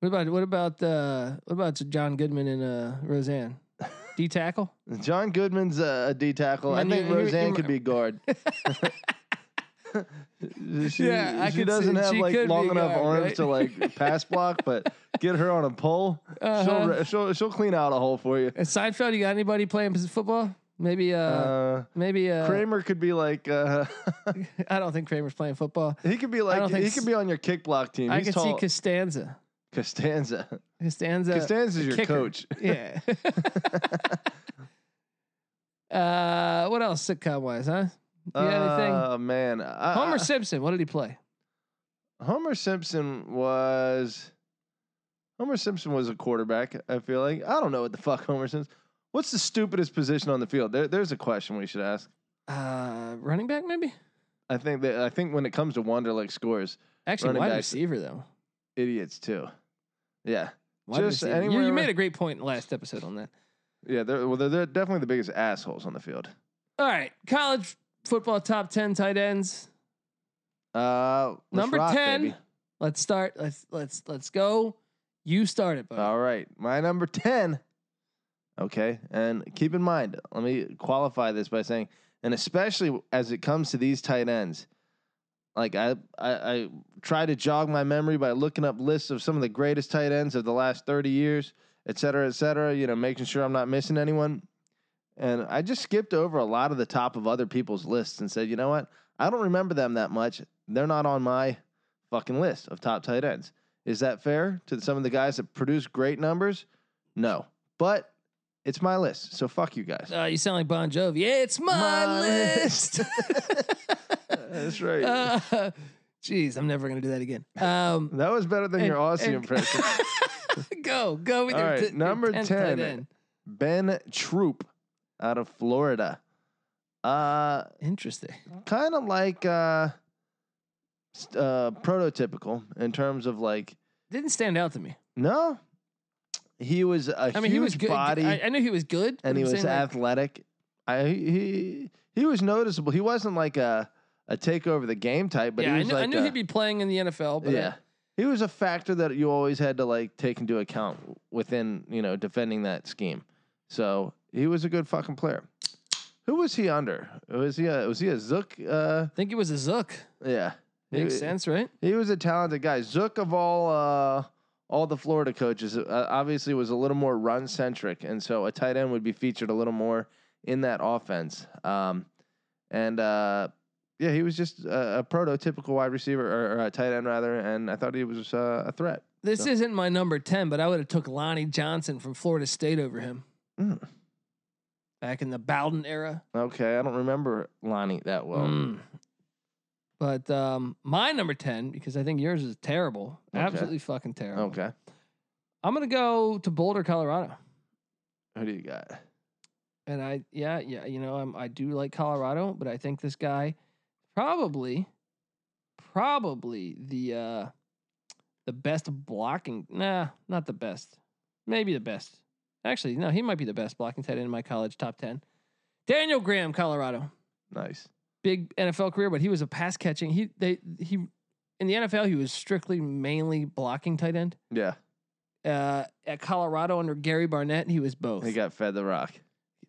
Speaker 1: What about what about uh what about John Goodman and uh Roseanne? D tackle?
Speaker 2: John Goodman's a, a D tackle. I
Speaker 1: Man,
Speaker 2: think
Speaker 1: you- you-
Speaker 2: Roseanne
Speaker 1: you-
Speaker 2: could be guard. she,
Speaker 1: Yeah, I
Speaker 2: she
Speaker 1: could
Speaker 2: doesn't
Speaker 1: see-
Speaker 2: have
Speaker 1: she could
Speaker 2: like
Speaker 1: be
Speaker 2: long
Speaker 1: a
Speaker 2: enough
Speaker 1: guard,
Speaker 2: arms
Speaker 1: right?
Speaker 2: to like pass block, but get her on a pole.
Speaker 1: Uh-huh.
Speaker 2: She'll, re- she'll she'll clean out a hole for you.
Speaker 1: At Seinfeld, you got anybody playing football? Maybe uh,
Speaker 2: Uh,
Speaker 1: maybe uh
Speaker 2: Kramer could be like uh,
Speaker 1: I don't think Kramer's playing football.
Speaker 2: he could be
Speaker 1: don't
Speaker 2: like
Speaker 1: think
Speaker 2: he
Speaker 1: s-
Speaker 2: could be on your kick block team.
Speaker 1: I
Speaker 2: He's
Speaker 1: can see
Speaker 2: tall.
Speaker 1: Costanza.
Speaker 2: Costanza.
Speaker 1: Costanza.
Speaker 2: Costanza's your
Speaker 1: kicker.
Speaker 2: coach.
Speaker 1: Yeah. uh, what else sitcom wise, huh? You got anything?
Speaker 2: Oh man, I-
Speaker 1: Homer
Speaker 2: I-
Speaker 1: Simpson. What did he play?
Speaker 2: Homer Simpson was Homer Simpson was a quarterback. I feel like I don't know what the fuck Homer Simpson. What's the stupidest position on the field? There, there's a question we should ask.
Speaker 1: Uh, running back maybe.
Speaker 2: I think that I think when it comes to Wanderlick scores,
Speaker 1: Actually,
Speaker 2: Running
Speaker 1: wide
Speaker 2: backs.
Speaker 1: receiver though.
Speaker 2: idiots too. Yeah,
Speaker 1: Wide
Speaker 2: Just
Speaker 1: receiver. You,
Speaker 2: anywhere-
Speaker 1: you made a great point last episode on that.
Speaker 2: yeah. They're, well, they're, they're definitely the biggest assholes on the field.
Speaker 1: All right, college football top ten tight ends.
Speaker 2: Uh, let's
Speaker 1: Number
Speaker 2: rock,
Speaker 1: 10.
Speaker 2: baby.
Speaker 1: Let's start. Let's let's let's go. You start it, buddy.
Speaker 2: All right, my number ten. Okay, and keep in mind, let me qualify this by saying, and especially as it comes to these tight ends, like I, I, I try to jog my memory by looking up lists of some of the greatest tight ends of the last thirty years, et cetera, et cetera. You know, making sure I'm not missing anyone. And I just skipped over a lot of the top of other people's lists and said, you know what? I don't remember them that much. They're not on my fucking list of top tight ends. Is that fair to some of the guys that produce great numbers? No. But it's my list. So fuck you guys.
Speaker 1: Uh, you sound like Bon Jovi. Yeah, it's my,
Speaker 2: My
Speaker 1: list.
Speaker 2: That's right.
Speaker 1: Uh, Jeez, I'm never gonna do that again. Um,
Speaker 2: that was better than your
Speaker 1: and-
Speaker 2: Aussie
Speaker 1: and-
Speaker 2: impression.
Speaker 1: go, go with
Speaker 2: All
Speaker 1: your
Speaker 2: right,
Speaker 1: t- your
Speaker 2: number
Speaker 1: 10th
Speaker 2: 10.
Speaker 1: tight end.
Speaker 2: ben Troop out of Florida. Uh
Speaker 1: Interesting.
Speaker 2: kind of like uh s- uh prototypical in terms of like
Speaker 1: Didn't stand out to me.
Speaker 2: no. He was a
Speaker 1: I
Speaker 2: huge
Speaker 1: mean, he was good.
Speaker 2: body.
Speaker 1: I, I knew he was good. but
Speaker 2: and he
Speaker 1: I'm
Speaker 2: was
Speaker 1: saying, like,
Speaker 2: athletic. I he he was noticeable. He wasn't like a a take over the game type, but
Speaker 1: yeah,
Speaker 2: he
Speaker 1: I
Speaker 2: was
Speaker 1: knew,
Speaker 2: like
Speaker 1: I knew
Speaker 2: a-
Speaker 1: he'd be playing in the NFL. But
Speaker 2: yeah. He was a factor that you always had to like take into account within you know defending that scheme. So he was a good fucking player. Who was he under? Was he a was he a Zook? Uh,
Speaker 1: I think he was a Zook.
Speaker 2: yeah,
Speaker 1: Makes
Speaker 2: he,
Speaker 1: sense, right?
Speaker 2: He was a talented guy. Zook of all uh, all the Florida coaches, uh, obviously was a little more run centric, and so a tight end would be featured a little more in that offense. Um, and uh, yeah, he was just a, a prototypical wide receiver or, or a tight end rather, and I thought he was uh, a threat.
Speaker 1: This
Speaker 2: So-
Speaker 1: isn't my number ten, but I would have took Lonnie Johnson from Florida State over him
Speaker 2: Mm.
Speaker 1: back in the Bowden era.
Speaker 2: Okay, I don't remember Lonnie that well.
Speaker 1: Mm. But um, my number ten, because I think yours is terrible,
Speaker 2: Okay.
Speaker 1: absolutely fucking terrible.
Speaker 2: Okay,
Speaker 1: I'm gonna go to Boulder, Colorado,
Speaker 2: who do you got?
Speaker 1: and I yeah yeah you know I'm, I do like Colorado, but I think this guy probably probably the uh, the best blocking nah not the best maybe the best actually no he might be the best blocking tight end in my college top ten. Daniel Graham, Colorado.
Speaker 2: Nice.
Speaker 1: big NFL career, but he was a pass catching. He they he in the NFL he was strictly mainly blocking tight end.
Speaker 2: Yeah,
Speaker 1: Uh, at Colorado under Gary Barnett, he was both.
Speaker 2: he got fed the rock.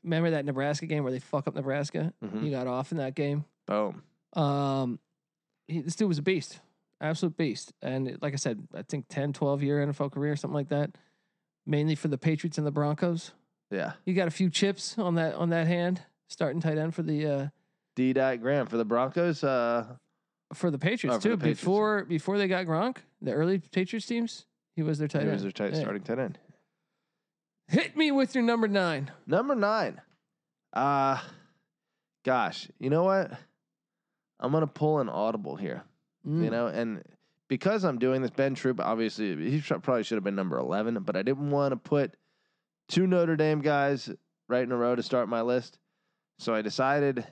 Speaker 1: Remember that Nebraska game where they fuck up Nebraska?
Speaker 2: Mhm.
Speaker 1: He got off in that game.
Speaker 2: Boom.
Speaker 1: Um, he, this dude was a beast, absolute beast. And it- like I said, I think 10, 12 year NFL career, something like that. Mainly for the Patriots and the Broncos.
Speaker 2: Yeah,
Speaker 1: He got a few chips on that on that hand, starting tight end for the uh,
Speaker 2: D. Dot Graham for the Broncos. Uh,
Speaker 1: for the Patriots
Speaker 2: Oh, for
Speaker 1: too.
Speaker 2: the Patriots, yeah.
Speaker 1: before before they got Gronk, the early Patriots teams, he was their tight
Speaker 2: he
Speaker 1: end.
Speaker 2: was their tight
Speaker 1: Yeah.
Speaker 2: starting tight end.
Speaker 1: Hit me with your number nine.
Speaker 2: Number nine. Uh gosh, you know what? I'm gonna pull an audible here. You
Speaker 1: Mm.
Speaker 2: know, and because I'm doing this, Ben Troop obviously he sh- probably should have been number eleven, but I didn't want to put two Notre Dame guys right in a row to start my list. So I decided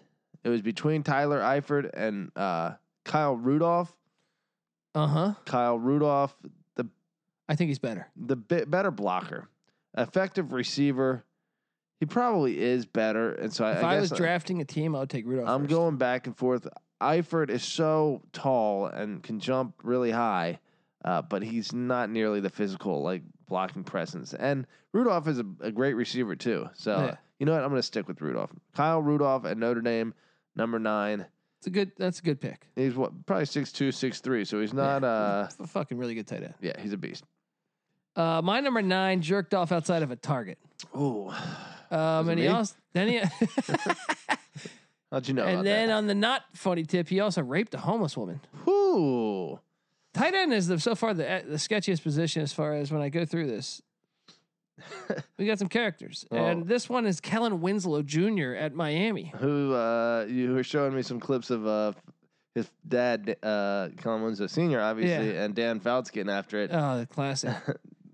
Speaker 2: it was between Tyler Eifert and uh, Kyle Rudolph.
Speaker 1: Uh huh.
Speaker 2: Kyle Rudolph,
Speaker 1: I think he's better.
Speaker 2: the bi- better blocker, effective receiver. He probably is better, and so I,
Speaker 1: if
Speaker 2: I
Speaker 1: I,
Speaker 2: guess
Speaker 1: was
Speaker 2: I-
Speaker 1: drafting a team, I would take Rudolph.
Speaker 2: I'm
Speaker 1: first.
Speaker 2: going back and forth. Eifert is so tall and can jump really high, uh, but he's not nearly the physical like blocking presence. And Rudolph is a, a great receiver too. So
Speaker 1: Yeah.
Speaker 2: you know what? I'm going to stick with Rudolph. Kyle Rudolph at Notre Dame, number nine.
Speaker 1: It's a good. That's a good pick.
Speaker 2: He's what probably six two, six three. So he's not.
Speaker 1: Yeah.
Speaker 2: uh
Speaker 1: He's a fucking really good tight end.
Speaker 2: Yeah, he's a beast.
Speaker 1: Uh, my number nine jerked off outside of a target.
Speaker 2: Ooh,
Speaker 1: Um,
Speaker 2: Was it
Speaker 1: and he
Speaker 2: me?
Speaker 1: also then he
Speaker 2: how'd you know? about
Speaker 1: and then uh,
Speaker 2: that?
Speaker 1: on the not funny tip, he also raped a homeless woman.
Speaker 2: Ooh.
Speaker 1: Tight end is the, so far the eh, the sketchiest position as far as when I go through this. we got some characters,
Speaker 2: Well-
Speaker 1: and this one is Kellen Winslow Jr. at Miami.
Speaker 2: who uh, you were showing me some clips of uh, his dad, uh, Colin Winslow Senior, obviously, and Dan Fouts getting after it.
Speaker 1: Oh, the classic.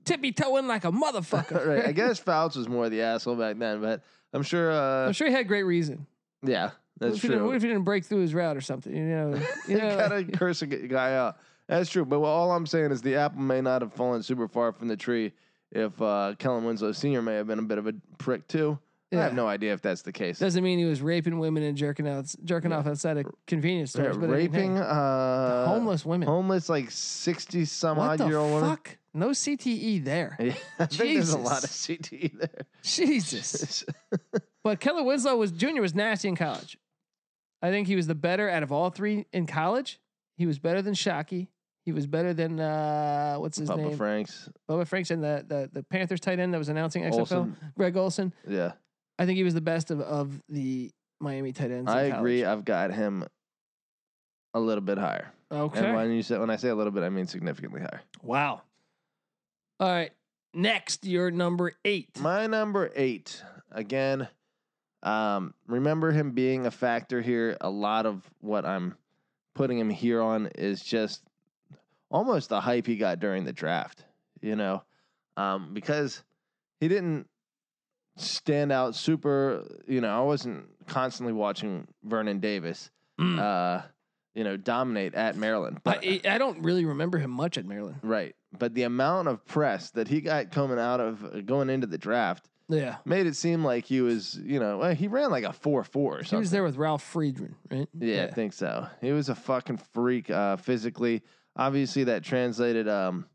Speaker 1: tippy toeing like a motherfucker.
Speaker 2: right. I guess Fouts was more the asshole back then, but I'm sure. Uh,
Speaker 1: I'm sure he had great reason.
Speaker 2: yeah,
Speaker 1: what
Speaker 2: that's
Speaker 1: if he didn't- What
Speaker 2: true.
Speaker 1: if he didn't break through his route or something? You know, you
Speaker 2: You
Speaker 1: know
Speaker 2: gotta curse a g- guy out. That's true. But all I'm saying is the apple may not have fallen super far from the tree if uh, Kellen Winslow Sr. may have been a bit of a prick too. I
Speaker 1: Yeah.
Speaker 2: have no idea if that's the case.
Speaker 1: doesn't mean he was raping women and jerking out, jerking off outside of convenience
Speaker 2: Yeah,
Speaker 1: stores. but I mean, hey,
Speaker 2: raping uh,
Speaker 1: homeless women.
Speaker 2: homeless like 60 some
Speaker 1: what
Speaker 2: odd
Speaker 1: the
Speaker 2: year old woman.
Speaker 1: fuck? No CTE there.
Speaker 2: Yeah, I think there's a lot of
Speaker 1: Jesus.
Speaker 2: CTE there.
Speaker 1: Jesus. But Keller Winslow was junior was nasty in college. I think he was the better out of all three in college. He was better than Shockey. He was better than uh, what's his
Speaker 2: Papa
Speaker 1: name?
Speaker 2: Franks.
Speaker 1: Bubba Franks and the, the the Panthers tight end that was announcing XFL,
Speaker 2: Olsen.
Speaker 1: Greg Olson.
Speaker 2: Yeah,
Speaker 1: I think he was the best of, of the Miami tight ends. in
Speaker 2: I agree.
Speaker 1: college.
Speaker 2: I've got him a little bit higher.
Speaker 1: Okay.
Speaker 2: And when you say when I say a little bit, I mean significantly higher.
Speaker 1: Wow. All right. Next, your number eight.
Speaker 2: My number eight again. Um, remember him being a factor here. A lot of what I'm putting him here on is just almost the hype he got during the draft. You know, um, because he didn't stand out super. You know, I wasn't constantly watching Vernon Davis.
Speaker 1: Mm.
Speaker 2: Uh, you know, dominate at Maryland. But
Speaker 1: I, e I don't really remember him much at Maryland.
Speaker 2: Right. But the amount of press that he got coming out of going into the draft
Speaker 1: Yeah.
Speaker 2: made it seem like he was, you know, well, he ran like a 4 4 or
Speaker 1: He was
Speaker 2: something.
Speaker 1: there with Ralph Friedman, right?
Speaker 2: yeah, I think so. He was a fucking freak uh, physically. Obviously, that translated um,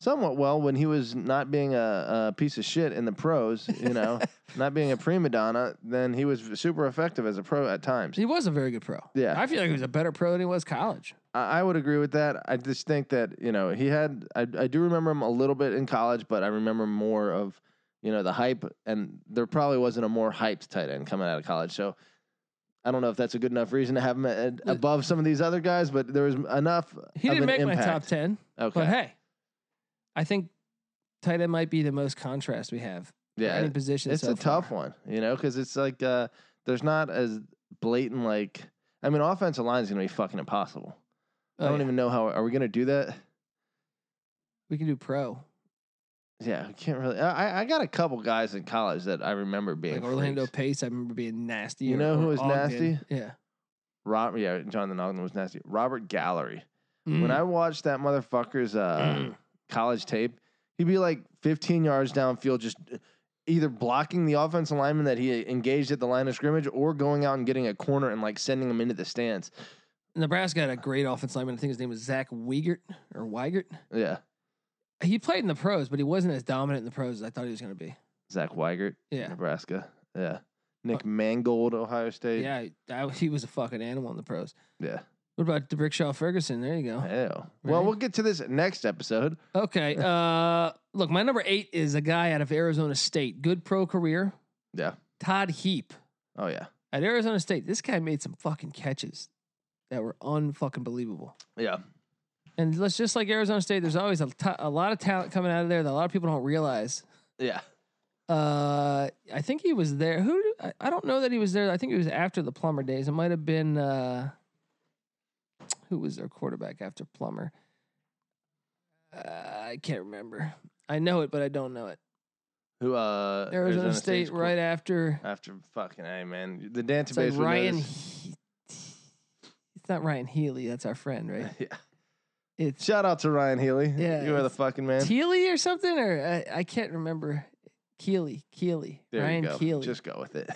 Speaker 2: somewhat well when he was not being a, a piece of shit in the pros, you know, not being a prima donna, then he was super effective as a pro at times.
Speaker 1: He was a very good pro.
Speaker 2: Yeah.
Speaker 1: I feel like he was a better pro than he was college.
Speaker 2: I I would agree with that. I just think that you know he had. I, I do remember him a little bit in college, but I remember more of you know the hype, and there probably wasn't a more hyped tight end coming out of college. So I don't know if that's a good enough reason to have him at- at-
Speaker 1: Uh,
Speaker 2: above some of these other guys, but there was enough.
Speaker 1: He
Speaker 2: of
Speaker 1: didn't
Speaker 2: an
Speaker 1: make
Speaker 2: impact.
Speaker 1: my top 10,
Speaker 2: Okay,
Speaker 1: but hey, I think tight end might be the most contrast we have. for
Speaker 2: yeah,
Speaker 1: Any position.
Speaker 2: it's
Speaker 1: so
Speaker 2: a tough
Speaker 1: far.
Speaker 2: one, you know, because it's like uh, there's not as blatant like. I mean, offensive line is going to be fucking impossible.
Speaker 1: Oh,
Speaker 2: I don't
Speaker 1: yeah.
Speaker 2: even know how are we going to do that.
Speaker 1: We can do pro.
Speaker 2: Yeah, I can't really. I, I got a couple guys in college that I remember being
Speaker 1: Like Orlando
Speaker 2: freaks.
Speaker 1: Pace, I remember being nasty.
Speaker 2: You
Speaker 1: or-
Speaker 2: know who
Speaker 1: or
Speaker 2: was
Speaker 1: Ogden. Yeah.
Speaker 2: Rob, yeah, Jonathan Ogden was nasty. Robert Gallery.
Speaker 1: Mm.
Speaker 2: When I watched that motherfucker's uh,
Speaker 1: Mm.
Speaker 2: college tape, he'd be like 15 yards downfield, just uh, either blocking the offensive lineman that he uh, engaged at the line of scrimmage, or going out and getting a corner and like sending him into the stands.
Speaker 1: Nebraska had a great offensive lineman. I think his name was Zach Wiegert or Weigert.
Speaker 2: Yeah,
Speaker 1: He played in the pros, but he wasn't as dominant in the pros as I thought he was going to be.
Speaker 2: Zach Weigert,
Speaker 1: Yeah.
Speaker 2: Nebraska. Yeah, Nick Mangold, Ohio State.
Speaker 1: Yeah. I- he was a fucking animal in the pros.
Speaker 2: yeah.
Speaker 1: What about DeBrickshaw Ferguson? There you go.
Speaker 2: Hell. Well,
Speaker 1: Right.
Speaker 2: we'll get to this next episode.
Speaker 1: Okay. Uh, look, my number eight is a guy out of Arizona State. Good pro career.
Speaker 2: Yeah.
Speaker 1: Todd Heap
Speaker 2: Oh yeah,
Speaker 1: at Arizona State. This guy made some fucking catches that were unfucking believable.
Speaker 2: yeah.
Speaker 1: And let's just like Arizona State, there's always a to- a lot of talent coming out of there that a lot of people don't realize.
Speaker 2: Yeah.
Speaker 1: Uh, I think he was there. Who? do- I, I don't know that he was there. I think it was after the Plumber days. It might have been uh, who was their quarterback after Plummer? Uh, I can't remember. I know it, but I don't know it.
Speaker 2: Who uh
Speaker 1: Arizona, State,
Speaker 2: State's qu-
Speaker 1: right after.
Speaker 2: after fucking hey man. The
Speaker 1: It's
Speaker 2: Dante
Speaker 1: like
Speaker 2: base would know
Speaker 1: Ryan.
Speaker 2: this.
Speaker 1: He- it's not Ryan Healy. That's our friend, right?
Speaker 2: Yeah.
Speaker 1: It's
Speaker 2: Shout out to Ryan Healy.
Speaker 1: Yeah,
Speaker 2: You are the
Speaker 1: it's-
Speaker 2: fucking man.
Speaker 1: Healy or something, or I, I can't remember. Keely, Keely,
Speaker 2: there
Speaker 1: Ryan
Speaker 2: you go.
Speaker 1: Keely.
Speaker 2: Just go with it.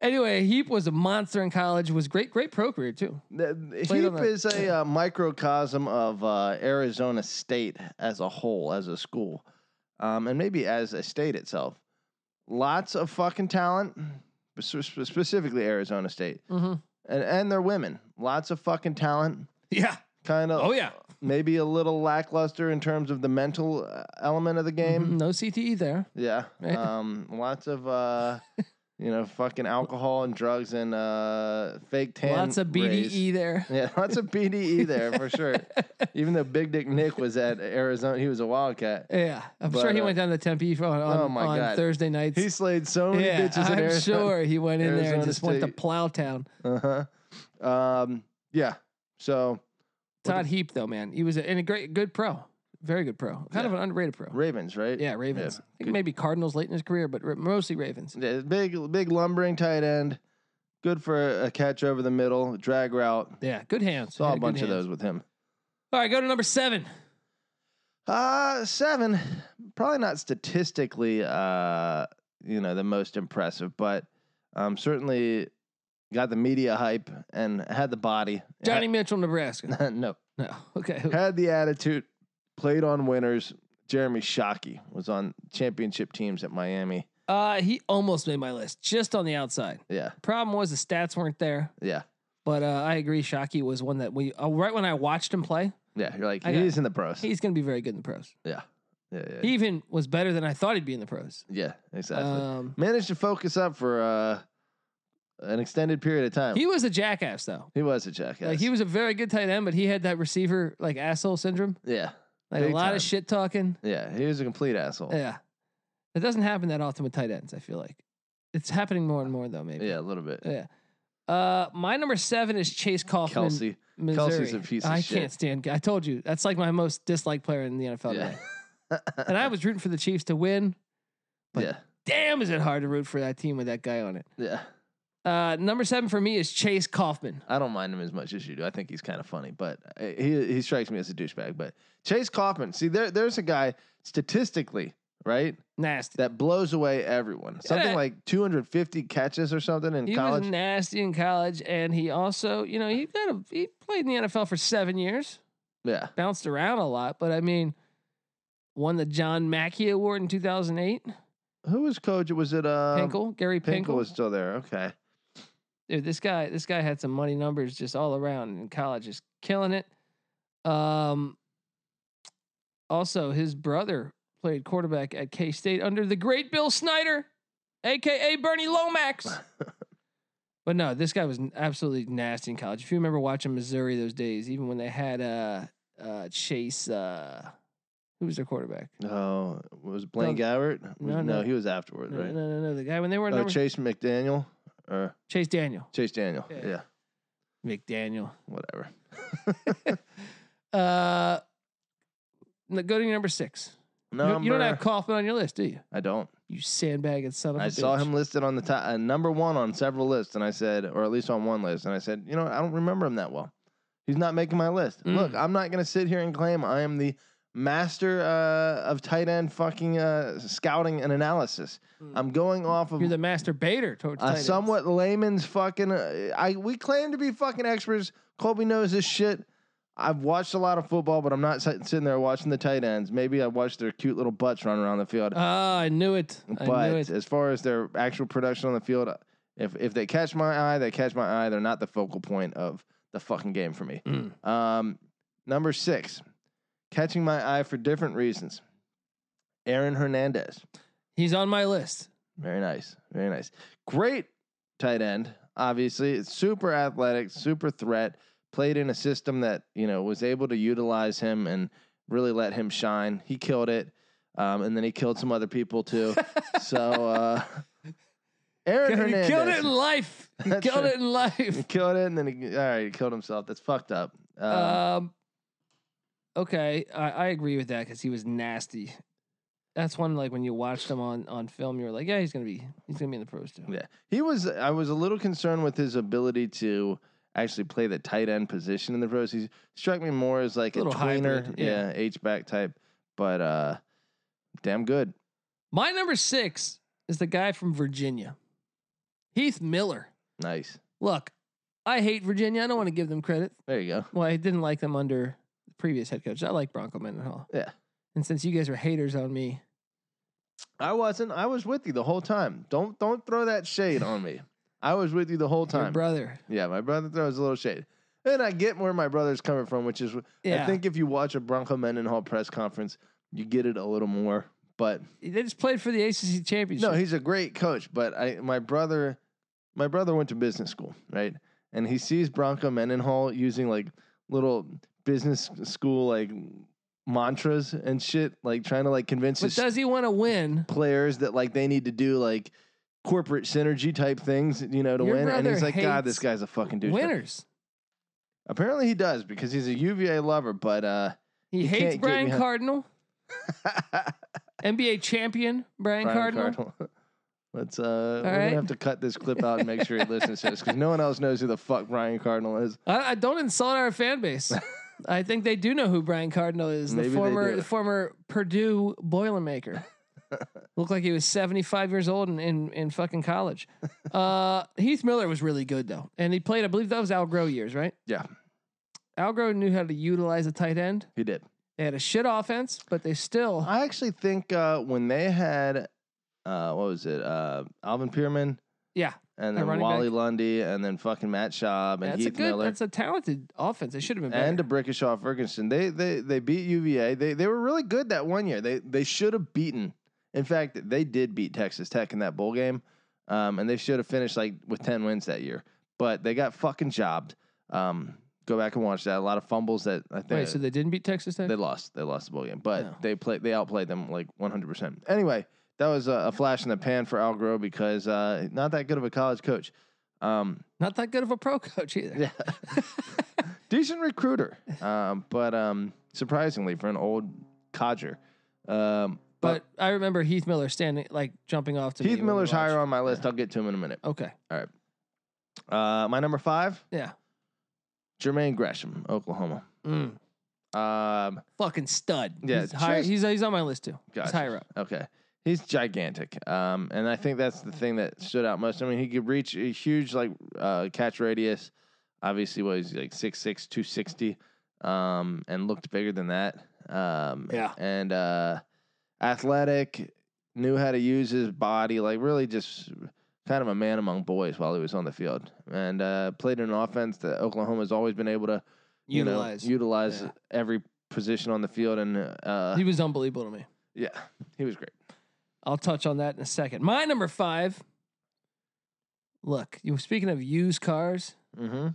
Speaker 1: anyway, Heap was a monster in college. Was great, great pro career too.
Speaker 2: The-
Speaker 1: Played on
Speaker 2: Heap
Speaker 1: the-
Speaker 2: is a uh, microcosm of uh, Arizona State as a whole, as a school, um, and maybe as a state itself. Lots of fucking talent, spe- spe- specifically Arizona State,
Speaker 1: Mm-hmm.
Speaker 2: and and their women. Lots of fucking talent.
Speaker 1: Yeah.
Speaker 2: Kind of.
Speaker 1: Oh yeah.
Speaker 2: maybe a little lackluster in terms of the mental uh, element of the game.
Speaker 1: Mhm. No CTE there.
Speaker 2: Yeah.
Speaker 1: Right.
Speaker 2: Um, lots of uh, you know, fucking alcohol and drugs and uh, fake tan.
Speaker 1: Lots of E.
Speaker 2: rays.
Speaker 1: BDE there.
Speaker 2: Yeah, lots of BDE there for sure. Even though Big Dick Nick was at Arizona, he was a Wildcat.
Speaker 1: Yeah, I'm
Speaker 2: But,
Speaker 1: sure he
Speaker 2: uh,
Speaker 1: went down to Tempe for- on, on,
Speaker 2: oh my
Speaker 1: on
Speaker 2: God.
Speaker 1: Thursday nights.
Speaker 2: He slayed so many
Speaker 1: yeah,
Speaker 2: bitches in
Speaker 1: I'm
Speaker 2: Arizona.
Speaker 1: sure he went in there and
Speaker 2: Arizona
Speaker 1: just went to
Speaker 2: State.
Speaker 1: Plowtown.
Speaker 2: Uh-huh. Um, yeah. So
Speaker 1: Todd Heap though, man, he was a, and a great, good pro. Very good pro. Kind of an underrated pro.
Speaker 2: Ravens, right?
Speaker 1: Yeah, Ravens. I think
Speaker 2: Good.
Speaker 1: maybe Cardinals late in his career, but ra- mostly Ravens.
Speaker 2: Yeah, big, big lumbering tight end. Good for a catch over the middle, drag route.
Speaker 1: Yeah, good hands.
Speaker 2: Saw
Speaker 1: Had
Speaker 2: a
Speaker 1: good
Speaker 2: bunch of
Speaker 1: hands.
Speaker 2: those with him.
Speaker 1: All right, go to number seven.
Speaker 2: Uh seven. Probably not statistically uh you know the most impressive, but um certainly got the media hype and had the body.
Speaker 1: Johnny Mitchell, Nebraska.
Speaker 2: Had- no.
Speaker 1: No, okay.
Speaker 2: Had the attitude, played on winners. Jeremy Shockey was on championship teams at Miami.
Speaker 1: Uh, he almost made my list, just on the outside.
Speaker 2: Yeah,
Speaker 1: Problem was the stats weren't there,
Speaker 2: yeah.
Speaker 1: but uh, I agree. Shockey was one that we uh, right when I watched him play,
Speaker 2: Yeah. You're like,
Speaker 1: I got-
Speaker 2: he's in the pros.
Speaker 1: he's going to be very good in the pros.
Speaker 2: yeah. Yeah, yeah.
Speaker 1: He even was better than I thought he'd be in the pros.
Speaker 2: yeah, exactly.
Speaker 1: Um,
Speaker 2: Managed to focus up for uh an extended period of time. He,
Speaker 1: he was a jackass though.
Speaker 2: was a jackass.
Speaker 1: Like he was a very good tight end, but he had that receiver like asshole syndrome,
Speaker 2: yeah.
Speaker 1: like a
Speaker 2: Big
Speaker 1: lot
Speaker 2: time. Oh.
Speaker 1: of shit talking.
Speaker 2: Yeah, he was a complete asshole.
Speaker 1: Yeah, it doesn't happen that often with tight ends. I feel like it's happening more and more though. Maybe.
Speaker 2: Yeah, a little bit.
Speaker 1: Yeah. Uh, my number seven is Chase Kaufman.
Speaker 2: Kelsey.
Speaker 1: Missouri.
Speaker 2: Kelsey's a piece of
Speaker 1: I
Speaker 2: shit.
Speaker 1: can't stand. I told you that's like my most disliked player in the NFL
Speaker 2: Yeah.
Speaker 1: today. And I was rooting for the Chiefs to win. But-
Speaker 2: yeah.
Speaker 1: Damn, is it hard to root for that team with that guy on it?
Speaker 2: Yeah.
Speaker 1: Uh, number seven for me is Chase Kaufman.
Speaker 2: I don't mind him as much as you do. I think he's kind of funny, but uh, he he strikes me as a douchebag. But Chase Kaufman, see, there there's a guy statistically, right,
Speaker 1: Nasty.
Speaker 2: that blows away everyone. Something
Speaker 1: Yeah.
Speaker 2: like 250 catches or something in
Speaker 1: He
Speaker 2: college.
Speaker 1: was nasty in college, and he also, you know, he got a, he played in the NFL for seven years,
Speaker 2: yeah.
Speaker 1: bounced around a lot, but I mean, won the John Mackey Award in 2008.
Speaker 2: Who was coach? Was it uh
Speaker 1: Pinkel, Gary Pinkel.
Speaker 2: was still there. Okay.
Speaker 1: dude, this guy, this guy had some money numbers just all around in college, just killing it. Um, also, his brother played quarterback at K State under the great Bill Snyder, aka Bernie Lomax. but no, this guy was n- absolutely nasty in college. If you remember watching Missouri those days, even when they had uh, uh, Chase, uh, who was their quarterback?
Speaker 2: Oh, was it Blaine
Speaker 1: No.
Speaker 2: Gabbert? Was-
Speaker 1: No, no.
Speaker 2: he was afterward,
Speaker 1: No,
Speaker 2: right?
Speaker 1: no, no, no, the guy when they were
Speaker 2: Oh,
Speaker 1: number
Speaker 2: Chase McDaniel or
Speaker 1: Chase Daniel,
Speaker 2: Chase Daniel.
Speaker 1: Yeah.
Speaker 2: yeah
Speaker 1: McDaniel.
Speaker 2: whatever.
Speaker 1: Uh, n- go to your number six. You
Speaker 2: Number,
Speaker 1: don't- You don't have Kaufman on your list, do you?
Speaker 2: I don't.
Speaker 1: You sandbagging son of a
Speaker 2: I
Speaker 1: bitch.
Speaker 2: saw him listed on the top, uh, number one on several lists, and I said, or at least on one list, and I said, you know, what? I don't remember him that well. He's not making my list.
Speaker 1: Mm.
Speaker 2: Look, I'm not going to sit here and claim I am the master uh, of tight end fucking uh, scouting and analysis.
Speaker 1: Mm.
Speaker 2: I'm going off of
Speaker 1: You're the master baiter towards tight
Speaker 2: a
Speaker 1: ends.
Speaker 2: somewhat layman's fucking. Uh, I we claim to be fucking experts. Colby knows this shit. I've watched a lot of football, but I'm not sit- sitting there watching the tight ends. Maybe I watched their cute little butts run around the field.
Speaker 1: Ah, I knew it. I knew
Speaker 2: But
Speaker 1: it.
Speaker 2: as far as their actual production on the field, if if they catch my eye, they catch my eye. They're not the focal point of the fucking game for me.
Speaker 1: Mm.
Speaker 2: Um, number six, catching my eye for different reasons. Aaron Hernandez,
Speaker 1: He's on my list.
Speaker 2: very nice, very nice, great tight end. Obviously, it's super athletic, super threat. Played in a system that you know was able to utilize him and really let him shine. He killed it, um, and then he killed some other people too. So uh Aaron
Speaker 1: you
Speaker 2: Hernandez
Speaker 1: killed it in life. You
Speaker 2: That's
Speaker 1: killed it
Speaker 2: right.
Speaker 1: in
Speaker 2: He
Speaker 1: life.
Speaker 2: killed it, and then he all right, he killed himself. That's fucked up. Um,
Speaker 1: Um, okay, I, I agree with that because he was nasty. That's one like when you watched him on on film, you were like, yeah, he's gonna be he's gonna be in the pros too.
Speaker 2: yeah, he was. I was a little concerned with his ability to actually play the tight end position in the pros. He struck me more as like a,
Speaker 1: Little
Speaker 2: tweener,
Speaker 1: hybrid, yeah.
Speaker 2: yeah, H back type, but uh, damn good.
Speaker 1: My number six is the guy from Virginia, Heath Miller.
Speaker 2: Nice.
Speaker 1: Look, I hate Virginia. I don't want to give them credit.
Speaker 2: There you go.
Speaker 1: Well, I didn't like them under the previous head coach. I like Bronco Mendenhall.
Speaker 2: Yeah.
Speaker 1: And since you guys were haters on me,
Speaker 2: I wasn't. I was with you the whole time. Don't don't throw that shade on me. I was with you the whole
Speaker 1: your
Speaker 2: time.
Speaker 1: brother.
Speaker 2: yeah, my brother throws a little shade, and I get where my brother's coming from, which is
Speaker 1: Yeah.
Speaker 2: I think if you watch a Bronco Mendenhall press conference, you get it a little more. But
Speaker 1: they just played for the ACC championship.
Speaker 2: no, he's a great coach. But I, my brother, my brother went to business school, right? And he sees Bronco Mendenhall using like little business school like mantras and shit, like trying to like convince
Speaker 1: but
Speaker 2: his
Speaker 1: does he want to win?
Speaker 2: players that like they need to do like corporate synergy type things, you know, to
Speaker 1: Your
Speaker 2: win. And
Speaker 1: brother
Speaker 2: he's like, God,
Speaker 1: hates
Speaker 2: this guy's a fucking douchebag.
Speaker 1: Winners.
Speaker 2: Apparently he does because he's a UVA lover, but uh
Speaker 1: He
Speaker 2: You can't
Speaker 1: hates
Speaker 2: get
Speaker 1: Brian
Speaker 2: behind-
Speaker 1: Cardinal,
Speaker 2: uh,
Speaker 1: NBA champion Brian,
Speaker 2: Brian
Speaker 1: Cardinal.
Speaker 2: Cardinal. Let's uh, we're
Speaker 1: right.
Speaker 2: gonna have to cut this clip out and make sure he listens to this because no one else knows who the fuck Brian Cardinal is.
Speaker 1: I, I don't insult our fan base. I think they do know who Brian Cardinal is,
Speaker 2: Maybe
Speaker 1: the
Speaker 2: they
Speaker 1: former
Speaker 2: do.
Speaker 1: the former Purdue Boilermaker. Looked like he was 75 years old in, in, in fucking college. Uh, Heath Miller was really good though. And he played, I believe that was Al Groh years, right?
Speaker 2: Yeah.
Speaker 1: Al Groh knew how to utilize a tight end.
Speaker 2: He did.
Speaker 1: They had a shit offense, but they still
Speaker 2: I actually think uh, when they had uh, what was it, uh, Alvin Pierman,
Speaker 1: Yeah.
Speaker 2: and
Speaker 1: Our
Speaker 2: then
Speaker 1: running
Speaker 2: Wally Lundy, and then fucking Matt Schaub and
Speaker 1: That's a
Speaker 2: Heath
Speaker 1: good
Speaker 2: Miller.
Speaker 1: that's a talented offense. They should have been better.
Speaker 2: and a Brickishaw Ferguson. They they they beat UVA. They they were really good that one year. They they should have beaten. In fact, they did beat Texas Tech in that bowl game, um, and they should have finished like with ten wins that year. But they got fucking jobbed. Um, go back and watch that. A lot of fumbles that I think
Speaker 1: Wait, so they Oh. didn't beat Texas Tech?
Speaker 2: they lost. They lost the bowl game, but
Speaker 1: No.
Speaker 2: they played. They outplayed them like one hundred percent. Anyway, that was a, a flash in the pan for Al Groh because uh, not that good of a college coach. Um,
Speaker 1: Not that good of a pro coach either.
Speaker 2: yeah. Decent recruiter, um, but um, surprisingly for an old codger. Um,
Speaker 1: But I remember Heath Miller standing, like jumping off to me
Speaker 2: Heath
Speaker 1: when we
Speaker 2: Miller's higher
Speaker 1: watched.
Speaker 2: on my list. I'll get to him in a minute.
Speaker 1: Okay,
Speaker 2: Uh, my number five,
Speaker 1: yeah,
Speaker 2: Jermaine Gresham, Oklahoma.
Speaker 1: Mm.
Speaker 2: Um,
Speaker 1: fucking stud.
Speaker 2: Yeah,
Speaker 1: he's, higher,
Speaker 2: just-
Speaker 1: he's he's on my list too. He's
Speaker 2: Gotcha.
Speaker 1: higher up.
Speaker 2: okay, he's gigantic, um, and I think that's the thing that stood out most. I mean, he could reach a huge like uh, catch radius. Obviously, what he's like 6'6", 260, um, and looked bigger than that. Um,
Speaker 1: Yeah.
Speaker 2: and uh, athletic, knew how to use his body, like really just kind of a man among boys while he was on the field, and uh, played an offense that Oklahoma's always been able to you know,
Speaker 1: Utilize.
Speaker 2: utilize
Speaker 1: Yeah.
Speaker 2: every position on the field, and uh,
Speaker 1: he was unbelievable to me.
Speaker 2: yeah, he was great.
Speaker 1: I'll touch on that in a second. My number five. Look, you were speaking of used cars.
Speaker 2: Mm-hmm.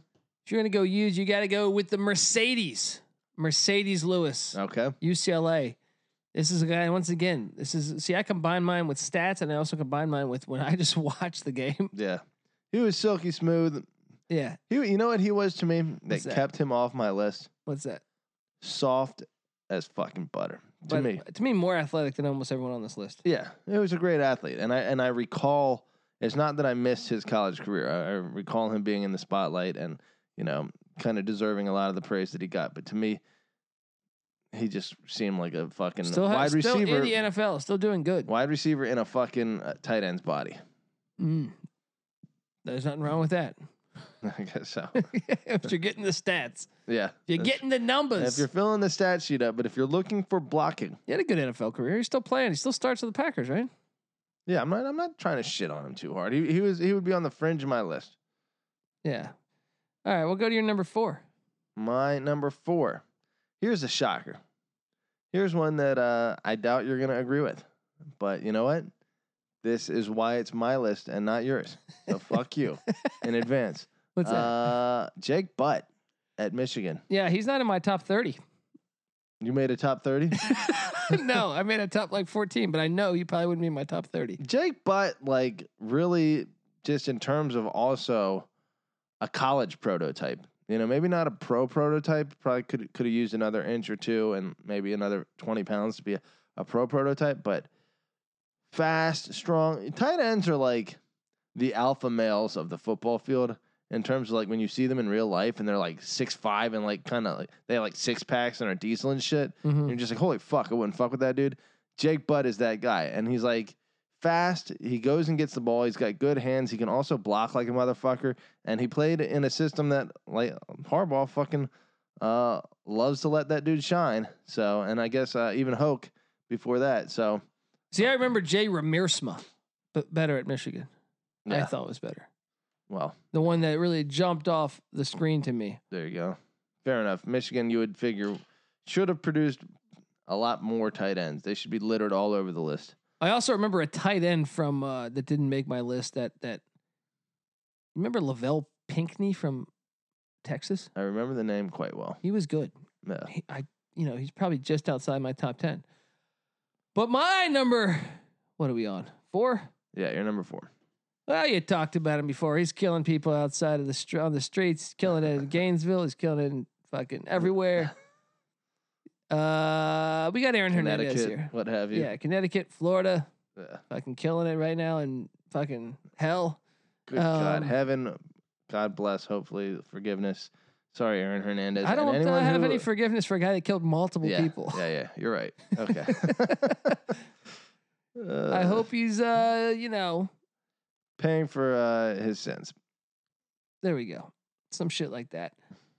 Speaker 1: If you're gonna go used, you got to go with the Mercedes. Mercedes Lewis,
Speaker 2: Okay.
Speaker 1: UCLA. This is a guy. Once again, this is see. I combine mine with stats, and I also combine mine with when I just watch the game.
Speaker 2: Yeah. He was silky smooth.
Speaker 1: Yeah,
Speaker 2: He, you know what he was to me that,
Speaker 1: What's that?
Speaker 2: kept him off my list?
Speaker 1: what's that?
Speaker 2: Soft as fucking butter to
Speaker 1: But
Speaker 2: me.
Speaker 1: To me, more athletic than almost everyone on this list.
Speaker 2: Yeah, he was a great athlete, and I and I recall it's not that I missed his college career. I, I recall him being in the spotlight and you know kind of deserving a lot of the praise that he got. But to me, he just seemed like a fucking
Speaker 1: Still, ha-
Speaker 2: wide
Speaker 1: still
Speaker 2: receiver,
Speaker 1: in the NFL, still doing good.
Speaker 2: wide receiver in a fucking uh, tight end's body.
Speaker 1: Mm. There's nothing wrong with that.
Speaker 2: I guess so.
Speaker 1: if you're getting the stats,
Speaker 2: Yeah,
Speaker 1: you're
Speaker 2: that's-
Speaker 1: getting the
Speaker 2: If
Speaker 1: numbers.
Speaker 2: you're filling the stat sheet up, but if you're looking for blocking,
Speaker 1: He had a good NFL career. He's still playing. He still starts with the Packers, right?
Speaker 2: yeah, I'm not. I'm not trying to shit on him too hard. He, he was. He would be on the fringe of my list.
Speaker 1: Yeah. All right, we'll go to your number four.
Speaker 2: My number four. Here's a shocker. Here's one that uh, I doubt you're gonna agree with, but you know what? This is why it's my list and not yours. So fuck you in advance.
Speaker 1: What's that?
Speaker 2: Uh, Jake Butt at Michigan.
Speaker 1: yeah, he's not in my top 30.
Speaker 2: You made a top thirty.
Speaker 1: no, I made a top like 14, but I know he probably wouldn't be in my top 30.
Speaker 2: Jake Butt, like, really just in terms of also a college prototype. You know, maybe not a pro prototype. Probably could could have used another inch or two and maybe another twenty pounds to be a, a pro prototype, but fast, strong. Tight ends are like the alpha males of the football field in terms of like when you see them in real life and they're like six five and like kind of like they have like six packs and are diesel and shit. And
Speaker 1: Mhm.
Speaker 2: you're just like, holy fuck, I wouldn't fuck with that dude. Jake Butt is that guy. And he's like fast. He goes and gets the ball. He's got good hands. He can also block like a motherfucker. And he played in a system that like Harbaugh fucking uh loves to let that dude shine. So and I guess uh, even Hoke before that. So
Speaker 1: See, I remember Jay Ramirsma, but better at Michigan. I
Speaker 2: Yeah.
Speaker 1: thought was better.
Speaker 2: well,
Speaker 1: The one that really jumped off the screen to me.
Speaker 2: there you go. Fair enough. Michigan, you would figure should have produced a lot more tight ends. They should be littered all over the list.
Speaker 1: I also remember a tight end from uh, that didn't make my list. That that remember Lavelle Pinckney from Texas.
Speaker 2: I remember the name quite well.
Speaker 1: He was good.
Speaker 2: Yeah.
Speaker 1: He, I you know he's probably just outside my top ten. But my number, what are we on four?
Speaker 2: Yeah, you're number four.
Speaker 1: Well, you talked about him before. He's killing people outside of the str- on the streets. He's killing it in Gainesville. He's killing it in fucking everywhere. Uh, we got Aaron Hernandez
Speaker 2: Connecticut,
Speaker 1: here.
Speaker 2: what have you?
Speaker 1: Yeah, Connecticut, Florida,
Speaker 2: Yeah.
Speaker 1: fucking killing it right now, and fucking hell.
Speaker 2: Good God,
Speaker 1: Um,
Speaker 2: heaven, God bless. Hopefully, forgiveness. Sorry, Aaron Hernandez.
Speaker 1: I
Speaker 2: and
Speaker 1: don't uh,
Speaker 2: anyone
Speaker 1: have
Speaker 2: who-
Speaker 1: any forgiveness for a guy that killed multiple
Speaker 2: yeah,
Speaker 1: people.
Speaker 2: Yeah, yeah, you're right. Okay. Uh,
Speaker 1: I hope he's, uh, you know,
Speaker 2: paying for uh, his sins.
Speaker 1: There we go. Some shit like that.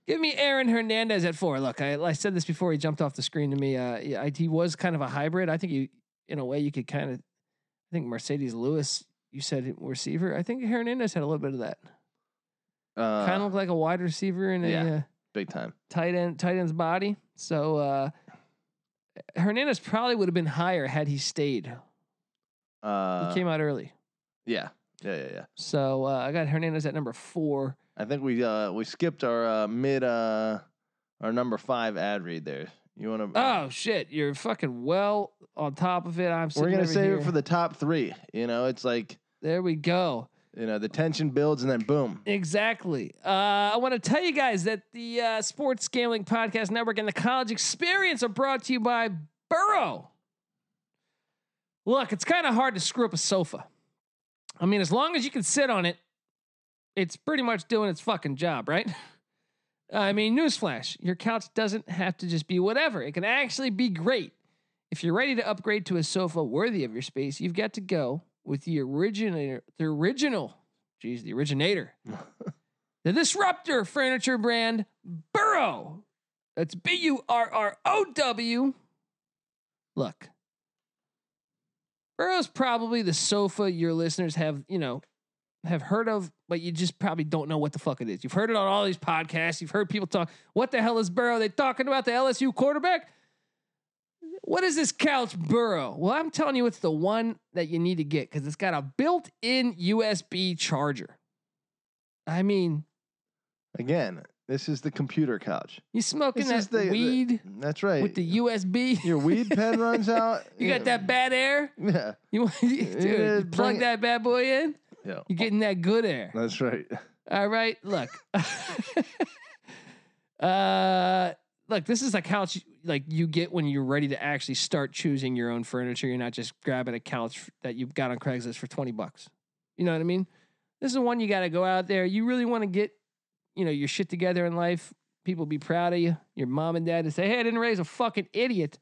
Speaker 1: Give me Aaron Hernandez at four. Look, I, I said this before he jumped off the screen to me. Uh, yeah, I, he was kind of a hybrid. I think you, in a way, you could kind of. I think Mercedes Lewis. You said receiver. I think Hernandez had a little bit of that.
Speaker 2: Uh,
Speaker 1: kind of looked like a wide receiver and
Speaker 2: yeah.
Speaker 1: a uh,
Speaker 2: big time.
Speaker 1: tight end, tight end's body. So uh, Hernandez probably would have been higher had he stayed.
Speaker 2: Uh,
Speaker 1: he came out early.
Speaker 2: yeah, yeah, yeah, yeah.
Speaker 1: So uh, I got Hernandez at number four.
Speaker 2: I think we uh, we skipped our uh, mid uh, our number five ad read there. You want to?
Speaker 1: Oh shit, you're fucking well on top of it. I'm.
Speaker 2: we're
Speaker 1: sitting
Speaker 2: gonna
Speaker 1: over
Speaker 2: save
Speaker 1: here.
Speaker 2: it for the top three. You know, it's like
Speaker 1: There we go.
Speaker 2: you know the tension builds and then boom.
Speaker 1: Exactly. Uh, I want to tell you guys that the uh, Sports Gambling Podcast Network and the College Experience are brought to you by Burrow. Look, it's kind of hard to screw up a sofa. I mean, as long as you can sit on it, it's pretty much doing its fucking job, right? I mean, newsflash your couch doesn't have to just be whatever, it can actually be great. If you're ready to upgrade to a sofa worthy of your space, you've got to go with the originator, the original, geez, the originator, the disruptor furniture brand, Burrow. That's B U R R O W. Look, Burrow's probably the sofa your listeners have, you know, have heard of, but you just probably don't know what the fuck it is. You've heard it on all these podcasts. You've heard people talk. What the hell is Burrow? They talking about the LSU quarterback? What is this couch burrow? Well, I'm telling you, it's the one that you need to get because it's got a built in USB charger. I mean,
Speaker 2: Again, this is the computer couch.
Speaker 1: you smoking
Speaker 2: This is
Speaker 1: that
Speaker 2: the the-
Speaker 1: weed
Speaker 2: that's right.
Speaker 1: with the USB.
Speaker 2: your weed pen runs out.
Speaker 1: you got
Speaker 2: yeah,
Speaker 1: that bad air?
Speaker 2: Yeah,
Speaker 1: You, want- dude,
Speaker 2: Yeah,
Speaker 1: you plug
Speaker 2: bring it.
Speaker 1: that bad boy in?
Speaker 2: yeah.
Speaker 1: You're getting that good air.
Speaker 2: That's right.
Speaker 1: All right, look. uh look, this is a couch like you get when you're ready to actually start choosing your own furniture. You're not just grabbing a couch that you've got on Craigslist for 20 bucks. You know what I mean? This is one you got to go out there. You really want to get, you know, your shit together in life. People be proud of you. Your mom and dad to say, "Hey, I didn't raise a fucking idiot."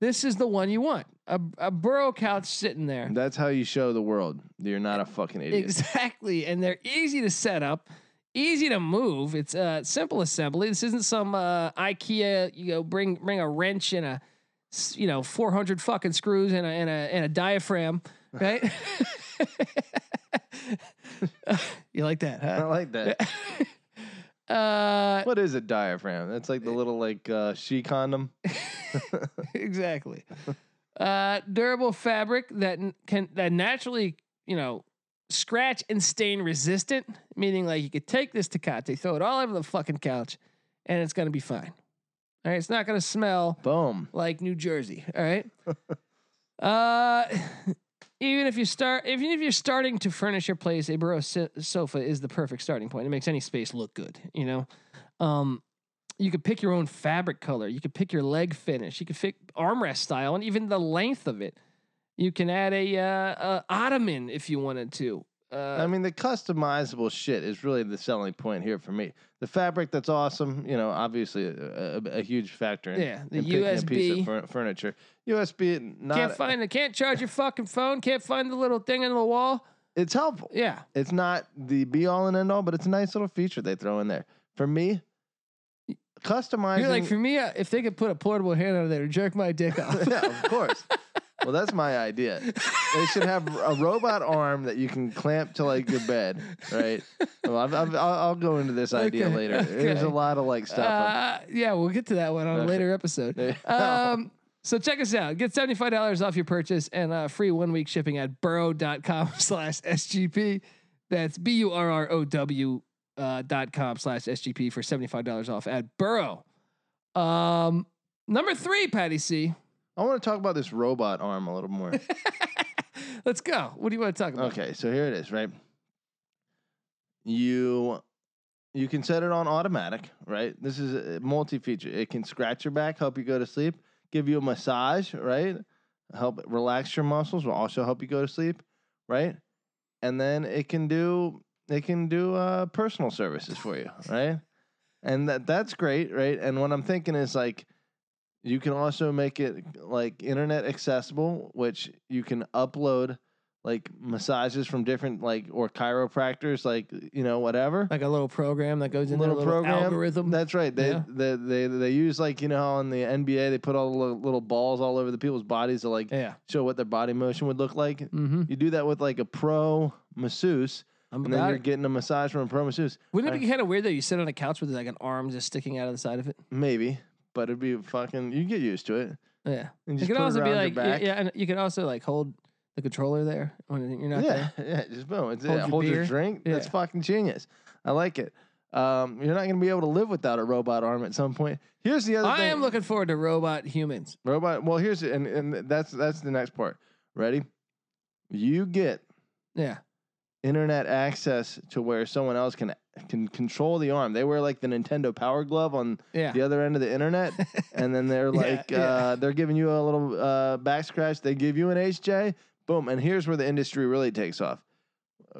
Speaker 1: This is the one you want. A a burrow couch sitting there.
Speaker 2: That's how you show the world that you're not a fucking idiot.
Speaker 1: Exactly. And they're easy to set up, easy to move. It's uh, simple assembly. This isn't some uh, IKEA, you know, bring bring a wrench and a s- you know, 400 fucking screws and a and a and a diaphragm, right? you like that,
Speaker 2: I
Speaker 1: huh?
Speaker 2: like that.
Speaker 1: Uh
Speaker 2: What is a diaphragm? That's like the little like uh, she condom.
Speaker 1: exactly. Uh, durable fabric that n- can that naturally, you know, scratch and stain resistant, meaning like you could take this Takate, throw it all over the fucking couch, and it's gonna be fine. All right, it's not gonna smell
Speaker 2: Boom.
Speaker 1: like New Jersey. All right. uh, even if you start, even if you're starting to furnish your place, a Burrow so- sofa is the perfect starting point. It makes any space look good. You know, um, you could pick your own fabric color. You could pick your leg finish. You could pick armrest style and even the length of it. You can add a, uh, a ottoman if you wanted to. Uh,
Speaker 2: I mean, the customizable shit is really the selling point here for me. The fabric that's awesome, you know, obviously a, a, a huge factor in,
Speaker 1: Yeah, the
Speaker 2: in picking a piece
Speaker 1: USB.
Speaker 2: of fur- furniture. USB, not
Speaker 1: can't find it. Can't charge your fucking phone. Can't find the little thing in the wall.
Speaker 2: it's helpful.
Speaker 1: Yeah.
Speaker 2: It's not the be all and end all, but it's a nice little feature they throw in there. For me, customizing.
Speaker 1: You're like, for me, uh, if they could put a portable hand under there, jerk my dick off.
Speaker 2: yeah, of course. Well, that's my idea. They should have a robot arm that you can clamp to like your bed, right? Well, I've, I've, I'll, I'll go into this idea
Speaker 1: Okay,
Speaker 2: later. There's a
Speaker 1: okay.
Speaker 2: lot of like stuff.
Speaker 1: Uh, yeah, we'll get to that one on a
Speaker 2: Okay.
Speaker 1: later episode.
Speaker 2: Yeah.
Speaker 1: Um, so check us out. Get $75 off your purchase and uh, free one week shipping at burrow.com slash SGP. That's B U R R O W uh, dot com slash SGP for $75 off at burrow. Um, number three, Patty C.
Speaker 2: I want to talk about this robot arm a little more.
Speaker 1: Let's go. What do you want to talk about?
Speaker 2: okay, so here it is, right? You you can set it on automatic, right? This is multi feature. It can scratch your back, help you go to sleep. give you a massage, right? Help relax your muscles. Will also help you go to sleep, right? And then it can do it can do uh, personal services for you, right? And that that's great, right? And what I'm thinking is like you can also make it like internet accessible, which you can upload like massages from different like or chiropractors, like you know whatever.
Speaker 1: Like a little program that goes in
Speaker 2: Little
Speaker 1: there, a little
Speaker 2: program.
Speaker 1: algorithm.
Speaker 2: That's right. They,
Speaker 1: Yeah.
Speaker 2: they they they use like you know how in the NBA they put all the little- little balls all over the people's bodies to like
Speaker 1: yeah.
Speaker 2: show what their body motion would look like.
Speaker 1: Mm-hmm.
Speaker 2: You do that with like a pro masseuse,
Speaker 1: I'm
Speaker 2: and then
Speaker 1: about
Speaker 2: you're
Speaker 1: it.
Speaker 2: getting a massage from a pro masseuse.
Speaker 1: Wouldn't it be kind of weird though? You sit on a couch with like an arm just sticking out of the side of it.
Speaker 2: Maybe, but it'd be fucking. You get used to it.
Speaker 1: Oh, Yeah. You
Speaker 2: And just
Speaker 1: could
Speaker 2: put it
Speaker 1: also be
Speaker 2: around your
Speaker 1: like, yeah,
Speaker 2: back.
Speaker 1: yeah, and you could also like hold the controller there when you're not
Speaker 2: yeah,
Speaker 1: there.
Speaker 2: yeah, just boom. It's,
Speaker 1: Hold
Speaker 2: yeah,
Speaker 1: your
Speaker 2: hold your
Speaker 1: beer.
Speaker 2: drink. That's
Speaker 1: Yeah.
Speaker 2: fucking genius. I like it. Um, you're not going to be able to live without a robot arm at some point. Here's the other
Speaker 1: I
Speaker 2: thing.
Speaker 1: am looking forward to robot humans.
Speaker 2: robot. Well, here's and and that's that's the next part. Ready? You get
Speaker 1: Yeah.
Speaker 2: internet access to where someone else can can control the arm. They wear like the Nintendo Power Glove on
Speaker 1: Yeah.
Speaker 2: the other end of the internet, and then they're
Speaker 1: Yeah,
Speaker 2: like
Speaker 1: yeah.
Speaker 2: Uh, they're giving you a little uh, back scratch. They give you an HJ, boom, and here's where the industry really takes off.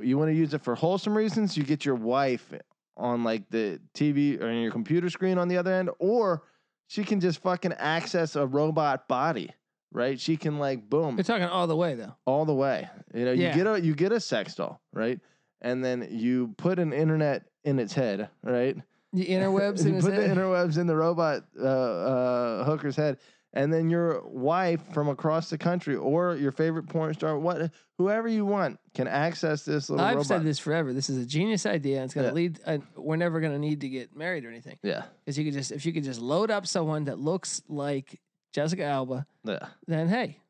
Speaker 2: You want to use it for wholesome reasons. You get your wife on like the TV or on your computer screen on the other end, or she can just fucking access a robot body, right? She can like boom
Speaker 1: You're talking all the way though.
Speaker 2: all the way. You know, you
Speaker 1: Yeah.
Speaker 2: get a you get a sex doll, right? And then you put an internet in its head, right?
Speaker 1: The interwebs
Speaker 2: you
Speaker 1: in his
Speaker 2: put
Speaker 1: head.
Speaker 2: the interwebs in the robot uh, uh, hooker's head, and then your wife from across the country or your favorite porn star, what whoever you want, can access this little
Speaker 1: I've
Speaker 2: robot.
Speaker 1: said this forever. This is a genius idea, and it's gonna
Speaker 2: Yeah.
Speaker 1: lead. Uh, we're never gonna need to get married or anything,
Speaker 2: Yeah,
Speaker 1: because you could just if you could just load up someone that looks like Jessica Alba,
Speaker 2: yeah,
Speaker 1: then hey,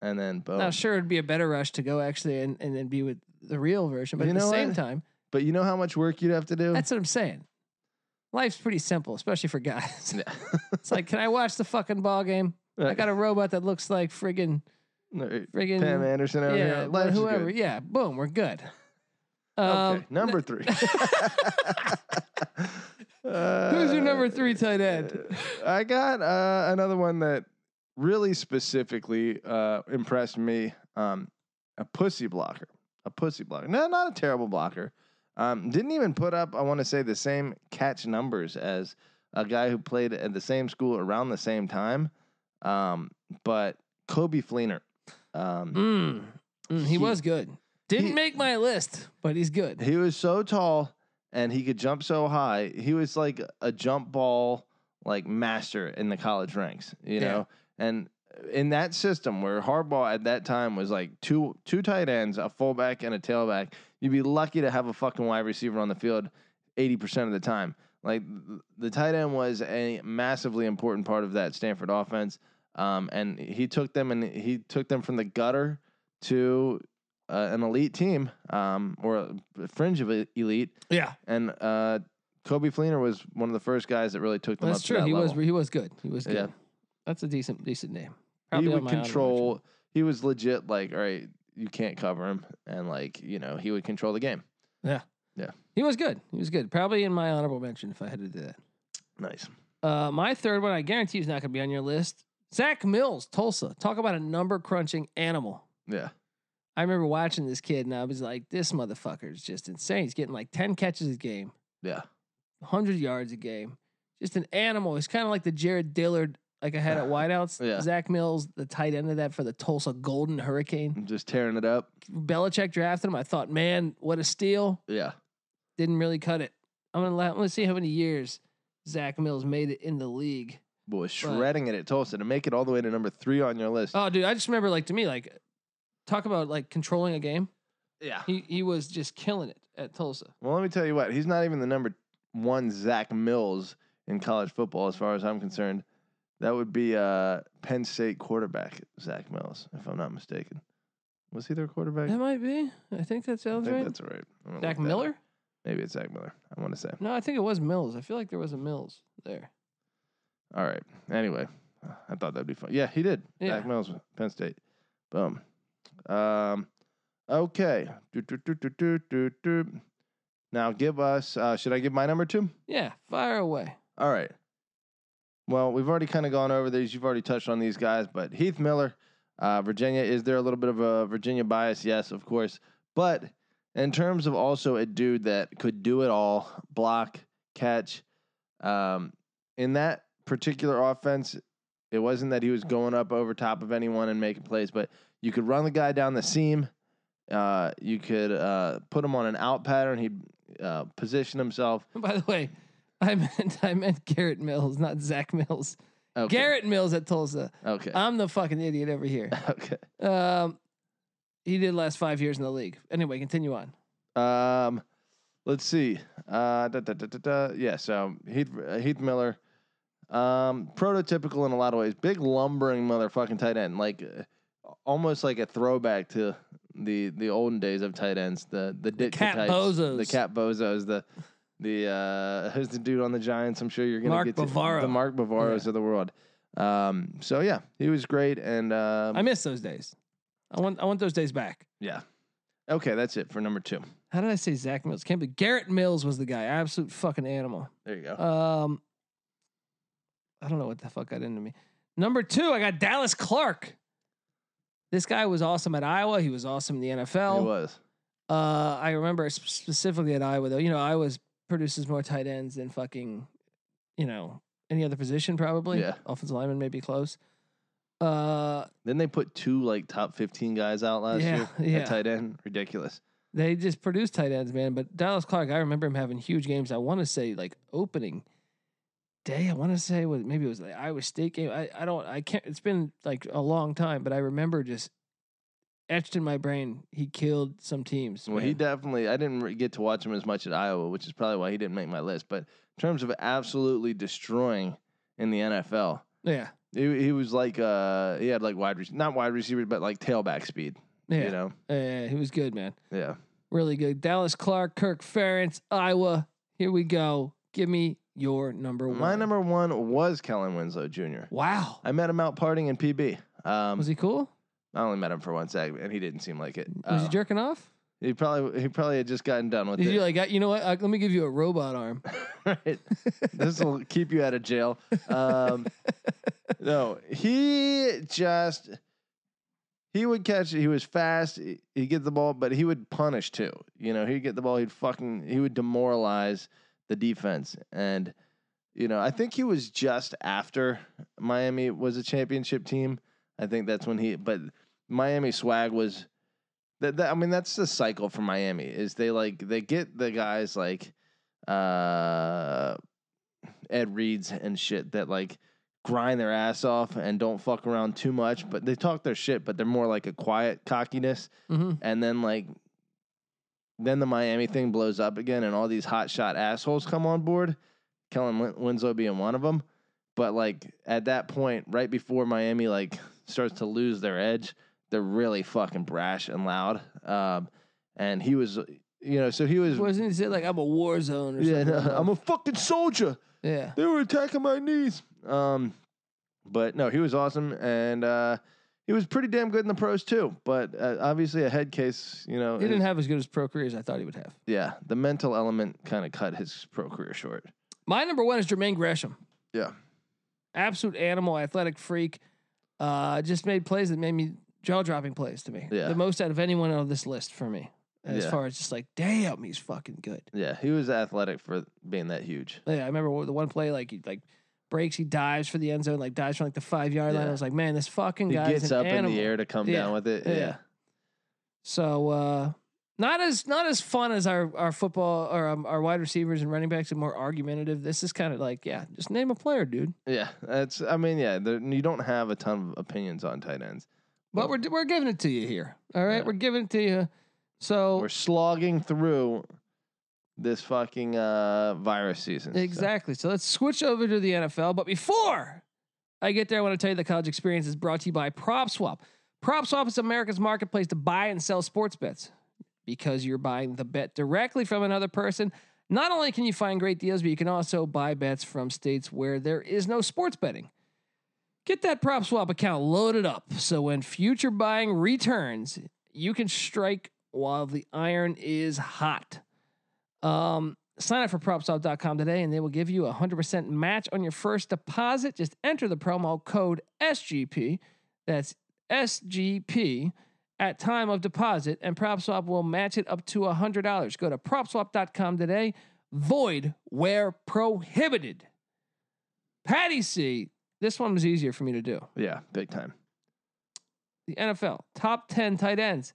Speaker 2: and then boom.
Speaker 1: now sure it'd be a better rush to go actually and and, and be with the real version, but
Speaker 2: You
Speaker 1: at the
Speaker 2: know
Speaker 1: same
Speaker 2: what?
Speaker 1: time,
Speaker 2: But you know how much work you'd have to do.
Speaker 1: that's what I'm saying. Life's pretty simple, especially for guys.
Speaker 2: yeah.
Speaker 1: it's like, can I watch the fucking ball game? I got a robot that looks like friggin' friggin'
Speaker 2: Pam Anderson over
Speaker 1: yeah,
Speaker 2: here.
Speaker 1: but
Speaker 2: Life's
Speaker 1: whoever.
Speaker 2: Good.
Speaker 1: Yeah, boom, we're good.
Speaker 2: Okay,
Speaker 1: Um,
Speaker 2: number three.
Speaker 1: Who's
Speaker 2: Who's
Speaker 1: your number three tight end?
Speaker 2: I got uh, another one that really specifically uh, impressed me. Um, a pussy blocker, a pussy blocker. No, not a terrible blocker. Um, didn't even put up. I want to say the same catch numbers as a guy who played at the same school around the same time. Um, but Kobe Fleener. Um,
Speaker 1: Mm. Mm, he
Speaker 2: He-
Speaker 1: was good. Didn't
Speaker 2: he-
Speaker 1: make my list, but he's good.
Speaker 2: He was so tall and he could jump so high. He was like a jump ball like master in the college ranks, you
Speaker 1: Yeah.
Speaker 2: know. And in that system where Harbaugh at that time was like two two tight ends, a fullback and a tailback, you'd be lucky to have a fucking wide receiver on the field 80% of the time. Like th- the tight end was a massively important part of that Stanford offense. Um, and he took them and he took them from the gutter to uh, an elite team um, or a fringe of e- elite.
Speaker 1: Yeah,
Speaker 2: And uh, Kobe Fleener was one of the first guys that really took them
Speaker 1: that's
Speaker 2: up
Speaker 1: true.
Speaker 2: to that
Speaker 1: He
Speaker 2: level.
Speaker 1: was he was good. He was good.
Speaker 2: Yeah.
Speaker 1: That's a decent decent name.
Speaker 2: he
Speaker 1: on
Speaker 2: would
Speaker 1: my honorable mention.
Speaker 2: control. He was legit. Like, all right, you can't cover him, and like you know, he would control the game.
Speaker 1: He was good. He was good. Probably in my honorable mention if I had to do that.
Speaker 2: Nice.
Speaker 1: Uh, my third one, I guarantee, is not going to be on your list. Zach Mills, Tulsa. Talk about a number crunching animal.
Speaker 2: Yeah.
Speaker 1: I remember watching this kid, and I was like, this motherfucker is just insane. He's getting like ten catches a game.
Speaker 2: Yeah.
Speaker 1: 100 yards a game. Just an animal. He's kind of like the Jared Dillard, like I had at wideouts.
Speaker 2: Yeah.
Speaker 1: Zach Mills, the tight end of that for the Tulsa Golden Hurricane.
Speaker 2: I'm just tearing it up.
Speaker 1: Belichick drafted him. I thought, man, what a steal.
Speaker 2: Yeah. Didn't
Speaker 1: Didn't really cut it. I'm gonna let, I'm gonna see how many years Zach Mills made it in the league.
Speaker 2: Boy, shredding it at Tulsa to make it all the way to number three on your list.
Speaker 1: Oh, dude, I just remember like to me, like talk about like controlling a game.
Speaker 2: yeah.
Speaker 1: He he was just killing it at Tulsa.
Speaker 2: Well, let me tell you what. He's not even the number one Zach Mills in college football, as far as I'm concerned. That would be uh, Penn State quarterback Zach Mills, if I'm not mistaken. Was he their quarterback?
Speaker 1: That might be. I think that
Speaker 2: I
Speaker 1: sounds
Speaker 2: think
Speaker 1: right.
Speaker 2: that's right.
Speaker 1: Zach
Speaker 2: I'm gonna look that up.
Speaker 1: Miller?
Speaker 2: Maybe it's Zach Miller. I want to say.
Speaker 1: No, I think it was Mills. I feel like there was a Mills there.
Speaker 2: All right. Anyway, I thought that'd be fun. Yeah, he did.
Speaker 1: Yeah.
Speaker 2: Zach Mills, Penn State. Boom. Um, okay. Do, do, do, do, do, do, do. Now give us. Uh, should I give my number two?
Speaker 1: Yeah, fire away.
Speaker 2: All right. Well, we've already kind of gone over these. You've already touched on these guys, but Heath Miller, uh, Virginia, is there a little bit of a Virginia bias? Yes, of course. But in terms of also a dude that could do it all block, catch, um, in that particular offense, it wasn't that he was going up over top of anyone and making plays, but you could run the guy down the seam. Uh, you could uh, put him on an out pattern. He'd uh, position himself.
Speaker 1: By the way, I meant I meant Garrett Mills, not Zach Mills.
Speaker 2: Okay.
Speaker 1: Garrett Mills at Tulsa.
Speaker 2: Okay.
Speaker 1: I'm the fucking idiot over here.
Speaker 2: okay.
Speaker 1: Um, he did last five years in the league. Anyway, continue on.
Speaker 2: Um, let's see. Uh, da, da, da, da, da. Yeah, so Heath, uh, Heath Miller, um, prototypical in a lot of ways. Big lumbering motherfucking tight end, like uh, almost like a throwback to the the olden days of tight ends. The the, ditka
Speaker 1: cat
Speaker 2: types, the
Speaker 1: bozos.
Speaker 2: cat bozos, the the uh, who's the dude on the Giants? I'm sure you're gonna
Speaker 1: Mark
Speaker 2: get to,
Speaker 1: Bavaro.
Speaker 2: the Mark Bavaros of the world. Um, so yeah, he was great, and um,
Speaker 1: I miss those days. I want I want those days back.
Speaker 2: yeah, okay, that's it for number two.
Speaker 1: How did I say Zach Mills? Can't believe Garrett Mills was the guy. Absolute fucking animal.
Speaker 2: There you go.
Speaker 1: Um, I don't know what the fuck got into me. Number two, I got Dallas Clark. This guy was awesome at Iowa. He was awesome in the NFL.
Speaker 2: He was.
Speaker 1: Uh, I remember sp- specifically at Iowa though. You know, Iowa's produces more tight ends than fucking, you know, any other position probably.
Speaker 2: Yeah.
Speaker 1: Offensive lineman may be close. Uh,
Speaker 2: Then they put two like top fifteen guys out last
Speaker 1: Yeah,
Speaker 2: year
Speaker 1: yeah.
Speaker 2: at tight end. Ridiculous.
Speaker 1: they just produce tight ends, man. But Dallas Clark, I remember him having huge games. I want to say like opening day. I want to say what maybe it was like Iowa State game. I, I don't I can't. It's been like a long time, but I remember just etched in my brain. He killed some teams.
Speaker 2: Well, he
Speaker 1: man.
Speaker 2: definitely. I didn't re- get to watch him as much at Iowa, which is probably why he didn't make my list. But in terms of absolutely destroying in the NFL,
Speaker 1: Yeah,
Speaker 2: he, he was like uh he had like wide rec- not wide receivers, but like tailback speed.
Speaker 1: yeah,
Speaker 2: You know.
Speaker 1: yeah. He was good, man.
Speaker 2: Yeah.
Speaker 1: Really good. Dallas Clark, Kirk Ferentz, Iowa. Here we go. Give me your number one.
Speaker 2: My number one was Kellen Winslow Jr.
Speaker 1: Wow.
Speaker 2: I met him out partying in PB. Um,
Speaker 1: Was he cool?
Speaker 2: I only met him for one second, and he didn't seem like it.
Speaker 1: Was he
Speaker 2: Uh,
Speaker 1: jerking off?
Speaker 2: he probably he probably had just gotten done with
Speaker 1: Did
Speaker 2: it.
Speaker 1: you like? uh, You know what? Uh, let me give you a robot arm.
Speaker 2: right? this will keep you out of jail. Um, no, he just he would catch. it. He was fast. He, he'd get the ball, but he would punish too. You know, he'd get the ball. He'd fucking he would demoralize the defense. And you know, I think he was just after Miami was a championship team. I think that's when he. But Miami swag was. That, that, I mean, that's the cycle for Miami. Is they like they get the guys like uh, Ed Reeds and shit that like grind their ass off and don't fuck around too much, but they talk their shit, but they're more like a quiet cockiness.
Speaker 1: hmm
Speaker 2: And then like, then the Miami thing blows up again, and all these hot shot assholes come on board. Kellen Win- Winslow being one of them. But like at that point, right before Miami like starts to lose their edge, they're really fucking brash and loud. Um, and he was, you know, so he was
Speaker 1: Wasn't he said like I'm a war zone or
Speaker 2: yeah,
Speaker 1: something?
Speaker 2: no, I'm a fucking soldier.
Speaker 1: yeah.
Speaker 2: They were attacking my knees. Um, but no, he was awesome, and uh, he was pretty damn good in the pros too. But uh, obviously, a head case, you know,
Speaker 1: He didn't
Speaker 2: is-
Speaker 1: have as good as pro career as I thought he would have.
Speaker 2: yeah, the mental element kind of cut his pro career short.
Speaker 1: My number one is Jermaine Gresham.
Speaker 2: Yeah.
Speaker 1: Absolute animal, athletic freak. Uh, just made plays that made me jaw dropping plays to me.
Speaker 2: Yeah.
Speaker 1: The most out of anyone on this list for me. As
Speaker 2: Yeah.
Speaker 1: far as just like, damn, he's fucking good.
Speaker 2: Yeah, he was athletic for being that huge.
Speaker 1: Yeah, I remember the one play like he like breaks, he dives for the end zone, like dives from like the five yard line.
Speaker 2: Yeah.
Speaker 1: I was like, man, this fucking
Speaker 2: He
Speaker 1: guy
Speaker 2: gets
Speaker 1: is an
Speaker 2: up
Speaker 1: animal.
Speaker 2: in the air to come
Speaker 1: Yeah,
Speaker 2: down with it.
Speaker 1: yeah.
Speaker 2: Yeah.
Speaker 1: So uh, not as not as fun as our our football or um, our wide receivers and running backs, and more argumentative. This is kind of like, yeah, just name a player, dude.
Speaker 2: yeah, That's. I mean, yeah. There, you don't have a ton of opinions on tight ends.
Speaker 1: But we're we're giving it to you here. All right,
Speaker 2: Yeah.
Speaker 1: we're giving it to you. So
Speaker 2: We're slogging through this fucking uh, virus season. so-
Speaker 1: Exactly. So let's switch over to the NFL. But before I get there, I want to tell you the college experience is brought to you by PropSwap. PropSwap is America's marketplace to buy and sell sports bets because you're buying the bet directly from another person. Not only can you find great deals, but you can also buy bets from states where there is no sports betting. Get that PropSwap account loaded up so when future buying returns, you can strike while the iron is hot. Um, Sign up for propswap.com today and they will give you a 100% match on your first deposit. Just enter the promo code SGP. That's SGP at time of deposit and PropSwap will match it up to $100. Go to propswap.com today. Void where prohibited. Patty C, this one was easier for me to do.
Speaker 2: Yeah, big time.
Speaker 1: The NFL top 10 tight ends.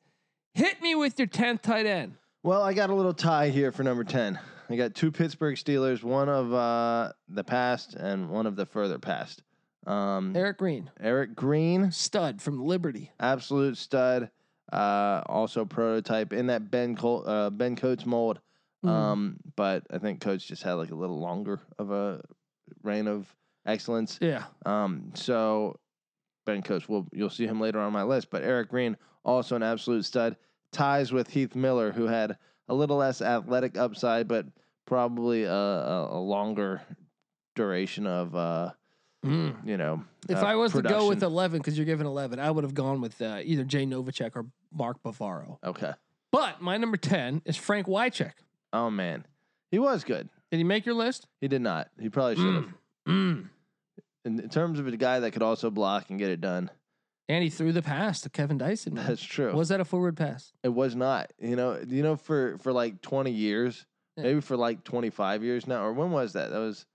Speaker 1: Hit me with your 10th tight end.
Speaker 2: Well, I got a little tie here for number 10. I got two Pittsburgh Steelers, one of uh, the past and one of the further past. Um,
Speaker 1: Eric Green,
Speaker 2: Eric Green,
Speaker 1: stud from Liberty.
Speaker 2: absolute stud. Uh, also prototype in that Ben Col- uh, Ben Coates mold.
Speaker 1: Mhm.
Speaker 2: Um, but I think Coates just had like a little longer of a reign of excellence.
Speaker 1: Yeah.
Speaker 2: Um, so Ben Coates, will you'll see him later on my list. But Eric Green, also an absolute stud, ties with Heath Miller, who had a little less athletic upside, but probably a, a, a longer duration of uh,
Speaker 1: Mm.
Speaker 2: you know.
Speaker 1: If
Speaker 2: uh,
Speaker 1: I was to go with
Speaker 2: production.
Speaker 1: 11, because you're giving 11, I would have gone with uh, either Jay Novacek or Mark Bavaro.
Speaker 2: okay,
Speaker 1: But my number 10 is Frank Wycheck.
Speaker 2: oh man, he was good.
Speaker 1: Did he make your list?
Speaker 2: He did not. He probably should have.
Speaker 1: Mm. Mm.
Speaker 2: In, in terms of a guy that could also block and get it done,
Speaker 1: And he threw the pass to Kevin Dyson. man.
Speaker 2: that's true.
Speaker 1: Mm. Was that a forward pass?
Speaker 2: It was not. You know, you know, for for like twenty years,
Speaker 1: Yeah.
Speaker 2: maybe for like twenty five years now, or when was that? That was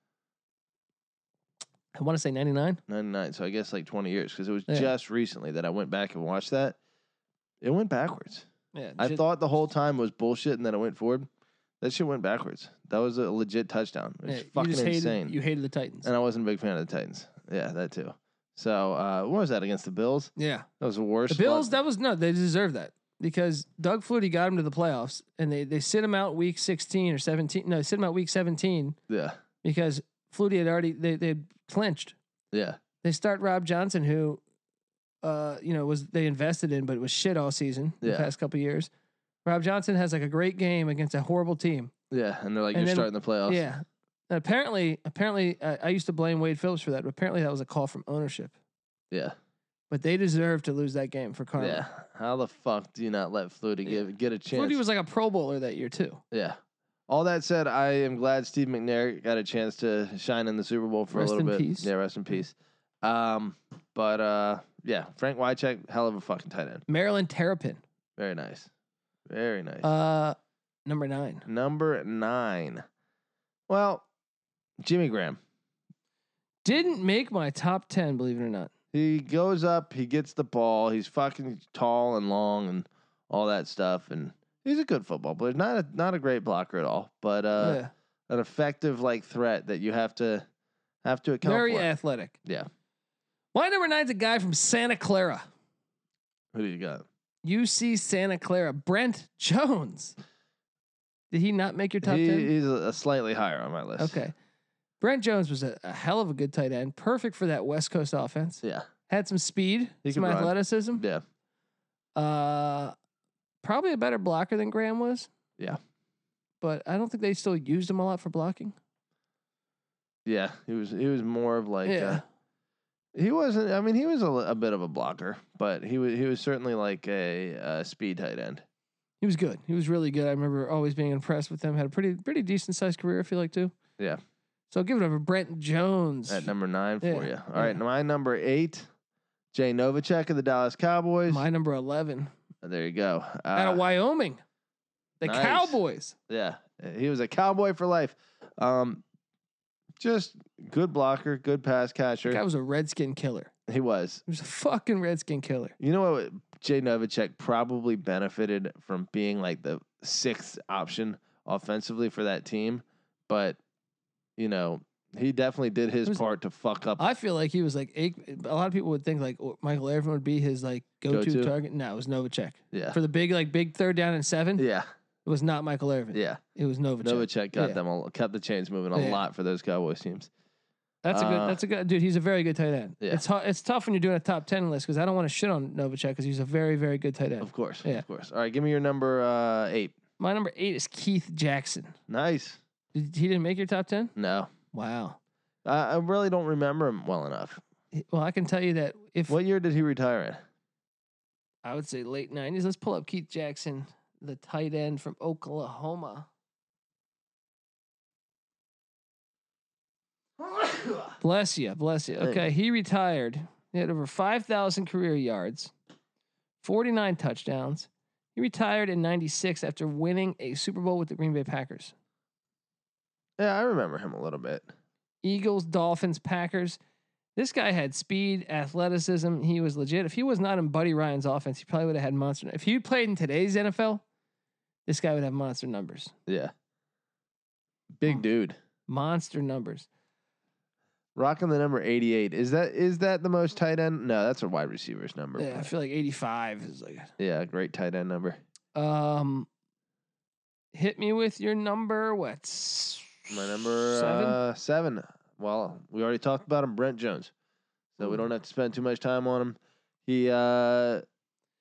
Speaker 1: I want to say 99.
Speaker 2: ninety nine. So I guess like twenty years because it was
Speaker 1: Yeah.
Speaker 2: just recently that I went back and watched that. It went backwards.
Speaker 1: Yeah.
Speaker 2: I
Speaker 1: J-
Speaker 2: thought the whole time was bullshit, and then it went forward. That shit went backwards. That was a legit touchdown. It
Speaker 1: yeah,
Speaker 2: was
Speaker 1: you
Speaker 2: fucking
Speaker 1: just hated,
Speaker 2: insane.
Speaker 1: You hated the Titans.
Speaker 2: and I wasn't a big fan of the Titans. Yeah, that too. So uh, what was that against the Bills?
Speaker 1: yeah.
Speaker 2: That was the worst.
Speaker 1: The Bills,
Speaker 2: one.
Speaker 1: that was no, they deserve that because Doug Flutie got him to the playoffs and they, they sit him out week 16 or 17. No, sit him out week 17
Speaker 2: yeah,
Speaker 1: because Flutie had already, they, they had clinched.
Speaker 2: yeah.
Speaker 1: They start Rob Johnson, who, uh, you know, was they invested in, but it was shit all season the
Speaker 2: Yeah.
Speaker 1: past couple years. Rob Johnson has like a great game against a horrible team.
Speaker 2: Yeah, and they're like,
Speaker 1: And
Speaker 2: you're
Speaker 1: then-
Speaker 2: starting the playoffs.
Speaker 1: Yeah. And apparently, apparently, uh, I used to blame Wade Phillips for that, but apparently that was a call from ownership.
Speaker 2: yeah,
Speaker 1: But they deserve to lose that game for Carmen.
Speaker 2: yeah. How the fuck do you not let Flutie
Speaker 1: Yeah.
Speaker 2: give get a chance?
Speaker 1: Flutie was like a Pro Bowler that year too.
Speaker 2: yeah. All that said, I am glad Steve McNair got a chance to shine in the Super Bowl for
Speaker 1: Rest
Speaker 2: a little
Speaker 1: in
Speaker 2: bit.
Speaker 1: peace.
Speaker 2: Yeah, rest in peace. Um, but uh, yeah, Frank Wycheck, hell of a fucking tight end.
Speaker 1: Maryland Terrapin,
Speaker 2: Very nice, very nice.
Speaker 1: uh, number nine.
Speaker 2: Number nine. Well, Jimmy Graham.
Speaker 1: Didn't make my top ten, believe it or not.
Speaker 2: He goes up, he gets the ball, he's fucking tall and long and all that stuff, and he's a good football player. Not a not a great blocker at all, but uh,
Speaker 1: yeah.
Speaker 2: an effective like threat that you have to have to account
Speaker 1: Very
Speaker 2: for.
Speaker 1: athletic.
Speaker 2: Yeah.
Speaker 1: My number nine's a guy from Santa Clara,
Speaker 2: Who do you got?
Speaker 1: UC Santa Clara, Brent Jones. Did he not make your top
Speaker 2: He-
Speaker 1: ten?
Speaker 2: he's a, a slightly higher on my list.
Speaker 1: Okay. Brent Jones was a, a hell of a good tight end, perfect for that West Coast offense.
Speaker 2: Yeah.
Speaker 1: Had some speed,
Speaker 2: He
Speaker 1: some
Speaker 2: could run.
Speaker 1: athleticism.
Speaker 2: Yeah.
Speaker 1: Uh, probably a better blocker than Graham was.
Speaker 2: Yeah.
Speaker 1: But I don't think they still used him a lot for blocking.
Speaker 2: Yeah. He was he was more of like
Speaker 1: yeah.
Speaker 2: uh, he wasn't I mean he was a, li- a bit of a blocker, but he was he was certainly like a, uh speed tight end.
Speaker 1: He was good. He was really good. I remember always being impressed with him. Had a pretty pretty decent sized career, I feel like too.
Speaker 2: Yeah.
Speaker 1: So give it over Brent Jones.
Speaker 2: At number nine for
Speaker 1: Yeah,
Speaker 2: you. All right,
Speaker 1: yeah.
Speaker 2: my number eight, Jay Novacek of the Dallas Cowboys.
Speaker 1: My number eleven.
Speaker 2: there you go. Uh,
Speaker 1: out of Wyoming. The
Speaker 2: nice.
Speaker 1: Cowboys.
Speaker 2: yeah, he was a cowboy for life. Um, just good blocker, good pass
Speaker 1: That guy
Speaker 2: catcher.
Speaker 1: was a redskin killer.
Speaker 2: He was.
Speaker 1: He was a fucking redskin killer.
Speaker 2: You know what? Jay Novacek probably benefited from being like the sixth option offensively for that team, but you know he definitely did his
Speaker 1: Who's- Uh,
Speaker 2: part to fuck up.
Speaker 1: I feel like he was like Aikman- a lot of people would think like oh, Michael Irvin would be his like go to
Speaker 2: Go-to?
Speaker 1: target. No, it was Novacek
Speaker 2: yeah,
Speaker 1: for the big like big third down and seven.
Speaker 2: yeah,
Speaker 1: It was not Michael Irvin.
Speaker 2: yeah.
Speaker 1: It was Novacek.
Speaker 2: Novacek got
Speaker 1: Yeah.
Speaker 2: them a, kept the chains moving a
Speaker 1: Yeah.
Speaker 2: lot for those Cowboys teams.
Speaker 1: That's a good.
Speaker 2: Uh,
Speaker 1: that's a good dude. He's a very good tight end.
Speaker 2: Yeah.
Speaker 1: It's hu- it's tough when you're doing a top ten list because I don't want to shit on Novacek because he's a very very good tight end.
Speaker 2: Of course,
Speaker 1: Yeah.
Speaker 2: of course. All right, give me your number uh, eight.
Speaker 1: My number eight is Keith Jackson.
Speaker 2: Nice.
Speaker 1: Did, he didn't make your top ten.
Speaker 2: No,
Speaker 1: Wow.
Speaker 2: I, I really don't remember him well enough.
Speaker 1: He- Well, I can tell you that if
Speaker 2: What year did he retire in?
Speaker 1: I would say late nineties, let's pull up Keith Jackson, the tight end from Oklahoma. Bless you, bless you.
Speaker 2: Thank
Speaker 1: Okay, he retired. He had over 5,000 career yards, 49 touchdowns. He retired in 96 after winning a Super Bowl with the Green Bay Packers.
Speaker 2: Yeah, I remember him a little bit.
Speaker 1: Eagles, Dolphins, Packers. This guy had speed, athleticism. He was legit. If he was not in Buddy Ryan's offense, he probably would have had monster. If he played in today's NFL, this guy would have monster numbers.
Speaker 2: Yeah. Big dude.
Speaker 1: Monster numbers.
Speaker 2: Rocking the number 88. Is that is that the most tight end? No, that's a wide receiver's number.
Speaker 1: Yeah, I feel like 85 is like
Speaker 2: Yeah, great tight end number.
Speaker 1: Um, hit me with your number. What?
Speaker 2: My number
Speaker 1: seven.
Speaker 2: Uh, seven. Well, we already talked about him, Brent Jones. So we don't have to spend too much time on him. He uh,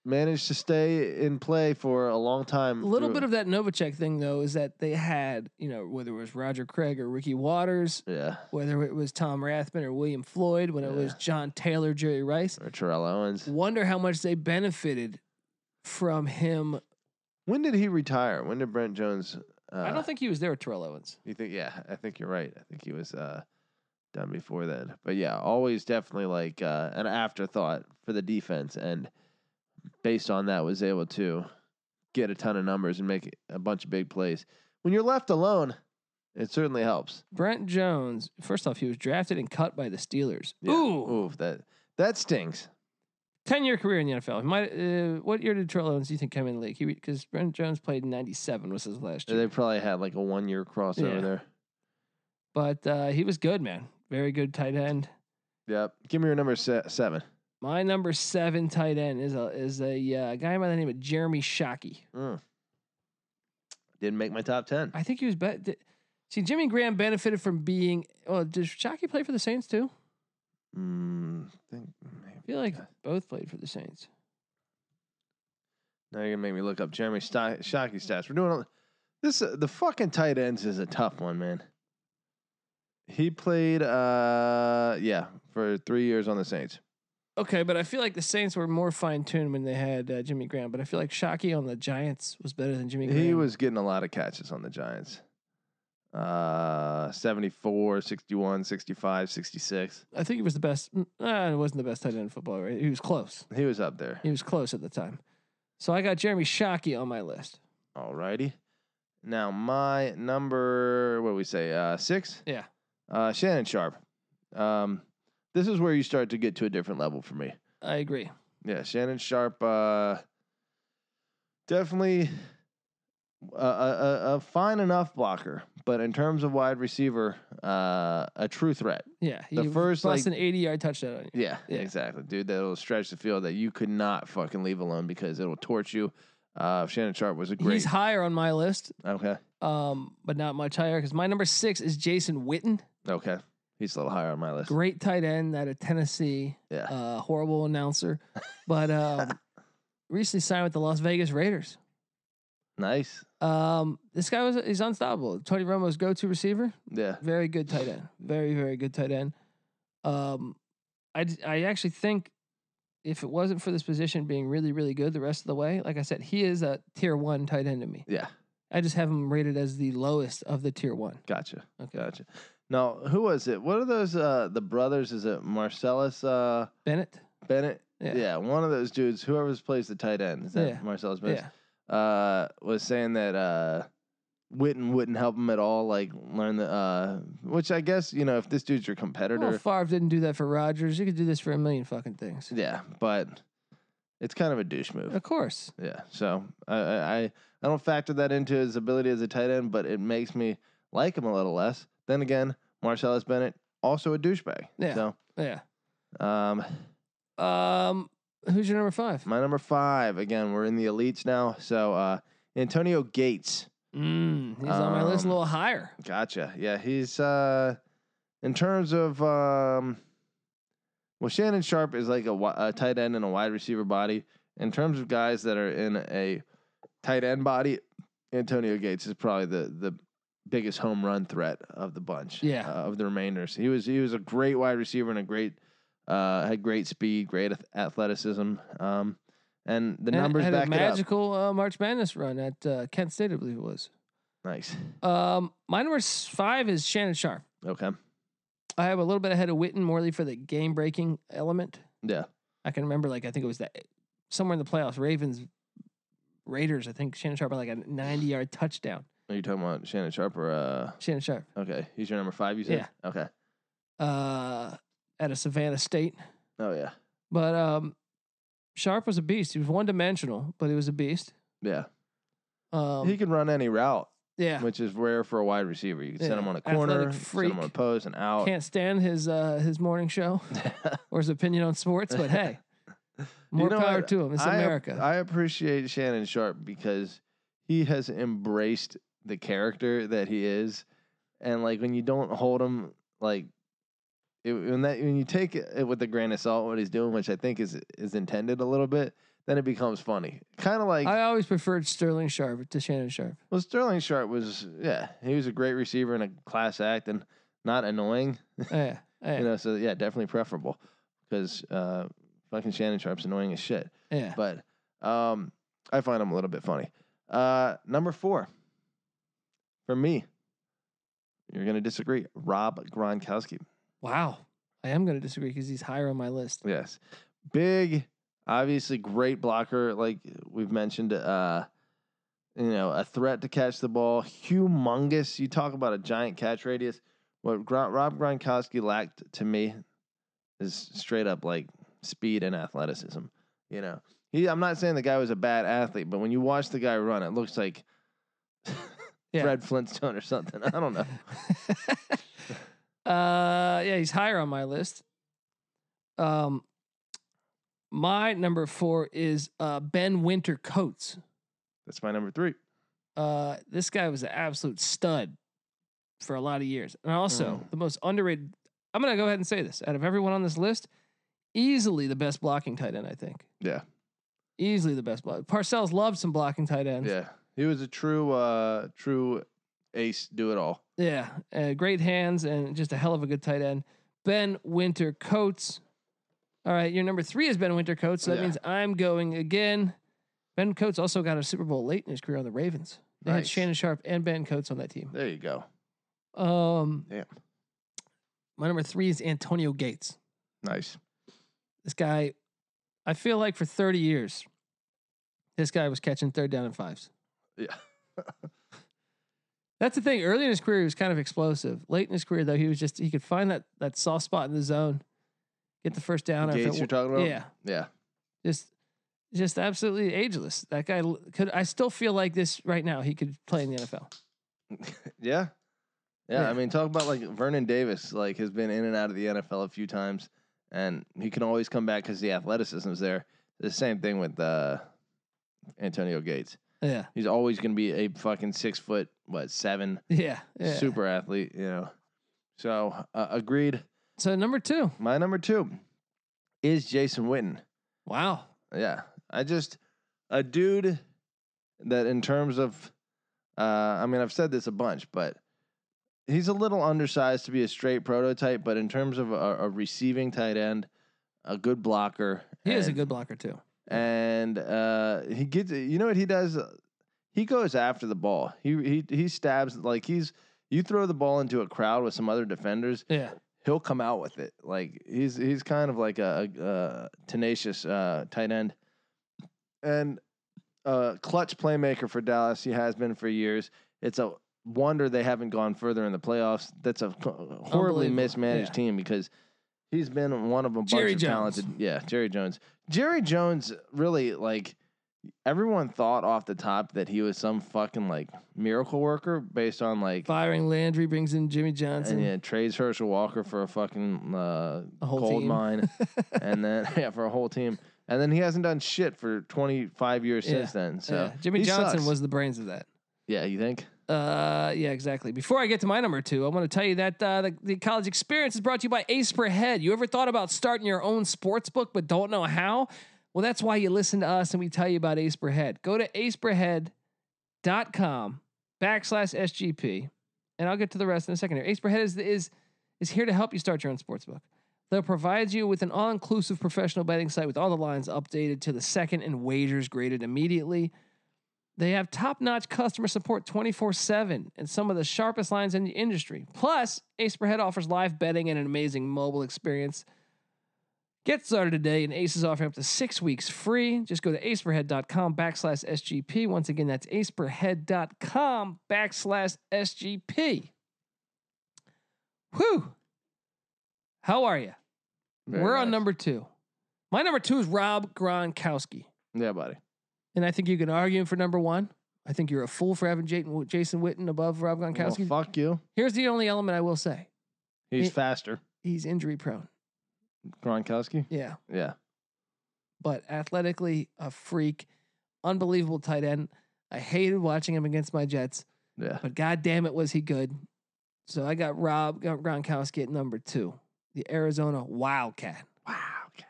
Speaker 2: managed to stay in play for a long time.
Speaker 1: a little
Speaker 2: through-
Speaker 1: bit of that Novacek thing, though, is that they had, you know, whether it was Roger Craig or Ricky Waters,
Speaker 2: yeah,
Speaker 1: whether it was Tom Rathman or William Floyd, when it was
Speaker 2: Yeah.
Speaker 1: John Taylor, Jerry Rice.
Speaker 2: or Terrell Owens.
Speaker 1: Wonder how much they benefited from
Speaker 2: Uh.
Speaker 1: him.
Speaker 2: When did he retire? When did Brent Jones? Uh,
Speaker 1: I don't think he was there with Terrell Owens.
Speaker 2: You think? Yeah, I think you're right. I think he was uh, done before then. But yeah, always definitely like uh, an afterthought for the defense, and based on that, was able to get a ton of numbers and make a bunch of big plays. When you're left alone, it certainly helps.
Speaker 1: Brent Jones, first off, he was drafted and cut by the Steelers.
Speaker 2: Yeah.
Speaker 1: Ooh,
Speaker 2: Ooh, that that stings.
Speaker 1: 10 year career in the NFL. He might, uh, what year did Terrell Owens do you think come in the league? Because Brent Jones played in 97, was his last year.
Speaker 2: They probably had like a one year crossover
Speaker 1: Yeah.
Speaker 2: there.
Speaker 1: But uh, he was good, man. Very good tight end.
Speaker 2: Yep. Give me your number se- seven.
Speaker 1: My number seven tight end is a is a uh, guy by the name of Jeremy Shockey.
Speaker 2: Mm. Didn't make my top ten.
Speaker 1: I think he was bet. di- See, Jimmy Graham benefited from being. Well, did Shockey play for the Saints too?
Speaker 2: Mm, think maybe.
Speaker 1: I feel like both played for the Saints.
Speaker 2: Now you're gonna make me look up Jeremy Sto- Shockey stats. We're doing all, this. Uh, the fucking tight ends is a tough one, man. He played, uh, yeah, for three years on the Saints.
Speaker 1: Okay, but I feel like the Saints were more fine tuned when they had uh, Jimmy Graham. But I feel like Shockey on the Giants was better than Jimmy Graham.
Speaker 2: He was getting a lot of catches on the Giants. Uh, 74, 61, 65, 66.
Speaker 1: I think he was the best. mm, Uh, it wasn't the best tight end in football. Right? He was close.
Speaker 2: He was up there.
Speaker 1: He was close at the time. So I got Jeremy Shockey on my list.
Speaker 2: Alrighty. Now my number, what do we say? Uh, six.
Speaker 1: Yeah.
Speaker 2: Uh, Shannon Sharp. Um, this is where you start to get to a different level for me.
Speaker 1: I agree.
Speaker 2: Yeah, Shannon Sharp. Uh, definitely a, a, a- a fine enough blocker, but in terms of wide receiver, uh, a true threat.
Speaker 1: Yeah,
Speaker 2: The
Speaker 1: he
Speaker 2: first,
Speaker 1: plus
Speaker 2: like-
Speaker 1: an eighty-yard touchdown on you.
Speaker 2: Yeah,
Speaker 1: Yeah.
Speaker 2: exactly, dude. That'll stretch the field that you could not fucking leave alone because it'll torch you. Uh, Shannon Sharp was a great.
Speaker 1: He's higher on my list,
Speaker 2: okay,
Speaker 1: um, but not much higher because my number six is Jason Witten,
Speaker 2: okay, he's a little higher on my list.
Speaker 1: great tight end out of Tennessee,
Speaker 2: Yeah,
Speaker 1: uh, horrible announcer, but um, recently signed with the Las Vegas Raiders.
Speaker 2: nice.
Speaker 1: Um, this guy was he's unstoppable. Tony Romo's go-to receiver,
Speaker 2: Yeah,
Speaker 1: very good tight end, very very good tight end. Um, I d- I actually think if it wasn't for this position being really really good the rest of the way, like I said, he is a tier one tight end to me.
Speaker 2: yeah.
Speaker 1: I just have him rated as the lowest of the tier one.
Speaker 2: Gotcha,
Speaker 1: Okay.
Speaker 2: gotcha. Now, who was it? What are those? Uh, the brothers? Is it Marcellus? Uh,
Speaker 1: Bennett.
Speaker 2: Bennett?
Speaker 1: Yeah.
Speaker 2: Yeah. one of those dudes, whoever's plays the tight end, is that
Speaker 1: Yeah.
Speaker 2: Marcellus Bennett?
Speaker 1: Yeah.
Speaker 2: Uh, was saying that uh, Witten wouldn't help him at all, like learn the. Uh, which I guess you know, if this dude's your competitor,
Speaker 1: Well, Favre didn't do that for Rodgers. You could do this for a million fucking things.
Speaker 2: yeah, but it's kind of a douche move.
Speaker 1: Of course.
Speaker 2: Yeah, so I, I I- I don't factor that into his ability as a tight end, but it makes me like him a little less. Then again, Marcellus Bennett also a douchebag.
Speaker 1: Yeah.
Speaker 2: So,
Speaker 1: Yeah.
Speaker 2: um,
Speaker 1: Um, who's your number five?
Speaker 2: my number five again, we're in the elites now. So, uh, Antonio Gates.
Speaker 1: Mm, he's on my list a
Speaker 2: Um,
Speaker 1: little higher.
Speaker 2: Gotcha. Yeah, he's uh in terms of um well Shannon Sharp is like a, wi- a tight end and a wide receiver body. In terms of guys that are in a tight end body, Antonio Gates is probably the the biggest home run threat of the bunch.
Speaker 1: Yeah.
Speaker 2: uh, of the remainders. He was he was a great wide receiver and a great uh had great speed, great ath- athleticism. Um and the
Speaker 1: And
Speaker 2: numbers
Speaker 1: had
Speaker 2: back
Speaker 1: a
Speaker 2: it up.
Speaker 1: magical uh, March Madness run at uh, Kent State, I believe it was.
Speaker 2: Nice.
Speaker 1: Um, my number s- five is Shannon Sharp.
Speaker 2: Okay.
Speaker 1: I have a little bit ahead of Witten Morley for the game breaking element.
Speaker 2: Yeah.
Speaker 1: I can remember like I think it was that somewhere in the playoffs, Ravens, Raiders. I think Shannon Sharp had like a ninety yard touchdown.
Speaker 2: Are you talking about Shannon Sharp or uh
Speaker 1: Shannon Sharp
Speaker 2: okay. He's your number five, you said? Yeah. Okay.
Speaker 1: uh, out of Savannah State,
Speaker 2: Oh yeah.
Speaker 1: but um, Sharp was a beast. He was one dimensional, but he was a beast.
Speaker 2: Yeah.
Speaker 1: Um,
Speaker 2: he can run any route,
Speaker 1: yeah,
Speaker 2: which is rare for a wide receiver. You can
Speaker 1: Yeah.
Speaker 2: send him on a
Speaker 1: Athletic
Speaker 2: corner, you can send him
Speaker 1: freak.
Speaker 2: on a post, and out.
Speaker 1: can't stand his uh, his morning show or his opinion on sports. But hey, more
Speaker 2: know,
Speaker 1: power
Speaker 2: I-
Speaker 1: to him. It's
Speaker 2: I ap-
Speaker 1: America.
Speaker 2: I appreciate Shannon Sharp because he has embraced the character that he is, and like when you don't hold him like. It, when that when you take it with a grain of salt what he's doing, which I think is is intended a little bit, then it becomes funny. Kind of like
Speaker 1: I always preferred Sterling Sharp to Shannon Sharp.
Speaker 2: well, Sterling Sharp was yeah, he was a great receiver and a class act and not annoying,
Speaker 1: Oh, yeah, yeah,
Speaker 2: you know. So yeah, definitely preferable because uh, fucking Shannon Sharp's annoying as shit.
Speaker 1: Oh, yeah.
Speaker 2: but um, I find them a little bit funny. Uh, number four for me, you're gonna disagree. Rob Gronkowski,
Speaker 1: Wow, I am going to disagree because he's higher on my list.
Speaker 2: yes, big, obviously great blocker, like we've mentioned. Uh, you know, a threat to catch the ball, humongous. You talk about a giant catch radius. What Gron- Rob Gronkowski lacked to me is straight up like speed and athleticism. You know, he. I'm not saying the guy was a bad athlete, but when you watch the guy run, it looks like
Speaker 1: Yeah.
Speaker 2: Fred Flintstone or something. I don't know.
Speaker 1: uh, yeah, he's higher on my list. Um, my number four is uh, Ben Winter Coates.
Speaker 2: That's my number three.
Speaker 1: Uh, this guy was an absolute stud for a lot of years, and also
Speaker 2: Mm.
Speaker 1: the most underrated. I'm going to go ahead and say this: out of everyone on this list, easily the best blocking tight end. I think.
Speaker 2: Yeah.
Speaker 1: Easily the best block. Parcells loved some blocking tight ends.
Speaker 2: Yeah, he was a true, uh, true ace. Do it all.
Speaker 1: Yeah, uh, great hands and just a hell of a good tight end. Ben Winter Coates. All right, your number three is Ben Winter Coates. So that
Speaker 2: Yeah.
Speaker 1: means I'm going again. Ben Coates also got a Super Bowl late in his career on the Ravens. They had
Speaker 2: Nice.
Speaker 1: Shannon Sharp and Ben Coates on that team.
Speaker 2: There you go.
Speaker 1: Um,
Speaker 2: Damn.
Speaker 1: My number three is Antonio Gates.
Speaker 2: Nice.
Speaker 1: This guy, I feel like for 30 years, this guy was catching third down and fives.
Speaker 2: Yeah.
Speaker 1: That's the thing. Early in his career, he was kind of explosive. Late in his career, though, he was just he could find that that soft spot in the zone, get the first down. if it
Speaker 2: Gates, you're
Speaker 1: wa-
Speaker 2: talking about.
Speaker 1: yeah,
Speaker 2: Yeah.
Speaker 1: just just absolutely ageless. That guy l- could. I still feel like this right now. He could play in the NFL.
Speaker 2: Yeah. Yeah,
Speaker 1: Yeah.
Speaker 2: I mean, talk about like Vernon Davis, like has been in and out of the NFL a few times, and he can always come back because the athleticism's there. The same thing with uh, Antonio Gates.
Speaker 1: Yeah,
Speaker 2: He's always going to be a fucking six foot, what seven,
Speaker 1: yeah, yeah.
Speaker 2: super athlete. You know. So uh, agreed.
Speaker 1: So number two.
Speaker 2: My number two is Jason Witten.
Speaker 1: Wow.
Speaker 2: Yeah. I just a dude that in terms of uh I mean I've said this a bunch, but he's a little undersized to be a straight prototype, but in terms of a, a receiving tight end, a good blocker.
Speaker 1: He is a
Speaker 2: and-
Speaker 1: good blocker too.
Speaker 2: and uh he gets you know what he does? He goes after the ball. He he he stabs like he's you throw the ball into a crowd with some other defenders,
Speaker 1: Yeah.
Speaker 2: he'll come out with it. Like he's he's kind of like a, a, a tenacious uh, tight end and a clutch playmaker for Dallas. He has been for years. It's a wonder they haven't gone further in the playoffs. That's a co- horribly
Speaker 1: Unbelievable.
Speaker 2: mismanaged
Speaker 1: Yeah.
Speaker 2: team because he's been one of a bunch
Speaker 1: Jerry
Speaker 2: of
Speaker 1: Jones.
Speaker 2: talented. Yeah, Jerry Jones. Jerry Jones really like. Everyone thought off the top that he was some fucking like miracle worker based on like
Speaker 1: Firing Landry brings in Jimmy Johnson.
Speaker 2: and yeah, trades Herschel Walker for a fucking uh,
Speaker 1: A whole
Speaker 2: gold
Speaker 1: team.
Speaker 2: mine, and then yeah, for a whole team, and then he hasn't done shit for twenty five years since then. So
Speaker 1: Yeah. Jimmy
Speaker 2: he
Speaker 1: Johnson
Speaker 2: sucks.
Speaker 1: was the brains of that.
Speaker 2: yeah, you think?
Speaker 1: Uh, yeah, exactly. Before I get to my number two, I want to tell you that uh, the, the college experience is brought to you by Ace Per Head. You ever thought about starting your own sports book but don't know how? Well, that's why you listen to us and we tell you about Ace Per Head. Go to aceperhead.com backslash SGP, and I'll get to the rest in a second here. Ace Per Head is, is, is here to help you start your own sports book. They'll provide you with an all inclusive professional betting site with all the lines updated to the second and wagers graded immediately. They have top notch customer support 24 7 and some of the sharpest lines in the industry. Plus, Ace per Head offers live betting and an amazing mobile experience. Get started today, and Ace is offering up to six weeks free. Just go to aceperhead.com backslash SGP. Once again, that's aceperhead.com backslash SGP. Whew. How are you?
Speaker 2: Very
Speaker 1: We're on
Speaker 2: nice.
Speaker 1: number two. My number two is Rob Gronkowski.
Speaker 2: Yeah, buddy.
Speaker 1: And I think you can argue him for number one. I think you're a fool for having Jaden, Jason Witten above Rob
Speaker 2: Well,
Speaker 1: Gronkowski.
Speaker 2: fuck you.
Speaker 1: Here's the only element I will say
Speaker 2: He's
Speaker 1: It-
Speaker 2: faster.
Speaker 1: he's injury prone.
Speaker 2: Gronkowski.
Speaker 1: Yeah.
Speaker 2: Yeah.
Speaker 1: But athletically, a freak, unbelievable tight end. I hated watching him against my Jets,
Speaker 2: Yeah.
Speaker 1: but god damn it, was he good. So I got Rob Gronkowski at number two, the Arizona Wildcat.
Speaker 2: Wow. Okay.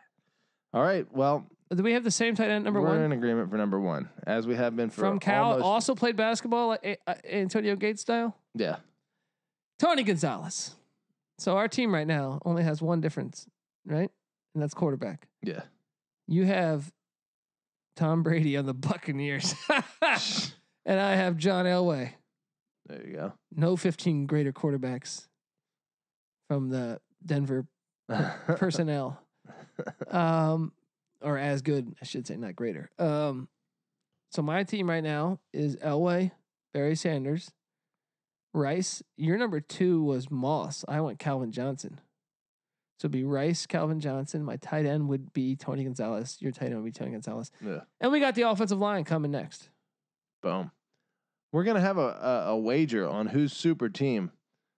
Speaker 2: All right. Well,
Speaker 1: Do we have the same tight end at number
Speaker 2: we're
Speaker 1: one?
Speaker 2: in agreement for number one, as we have been for
Speaker 1: from Cal,
Speaker 2: almost-
Speaker 1: also played basketball, like, eh, uh, Antonio Gates style.
Speaker 2: yeah.
Speaker 1: Tony Gonzalez. So our team right now only has one difference, right? And that's quarterback.
Speaker 2: Yeah.
Speaker 1: You have Tom Brady on the Buccaneers, and I have John Elway.
Speaker 2: there you go.
Speaker 1: No 15 greater quarterbacks from the Denver personnel, um, or as good, I should say, not greater. Um, so my team right now is Elway, Barry Sanders, Rice. Your number two was Moss. I went Calvin Johnson. So it'd be Rice, Calvin Johnson. My tight end would be Tony Gonzalez. Your tight end would be Tony Gonzalez.
Speaker 2: Yeah.
Speaker 1: And we got the offensive line coming next.
Speaker 2: Boom. We're gonna have a, a, a wager on whose super team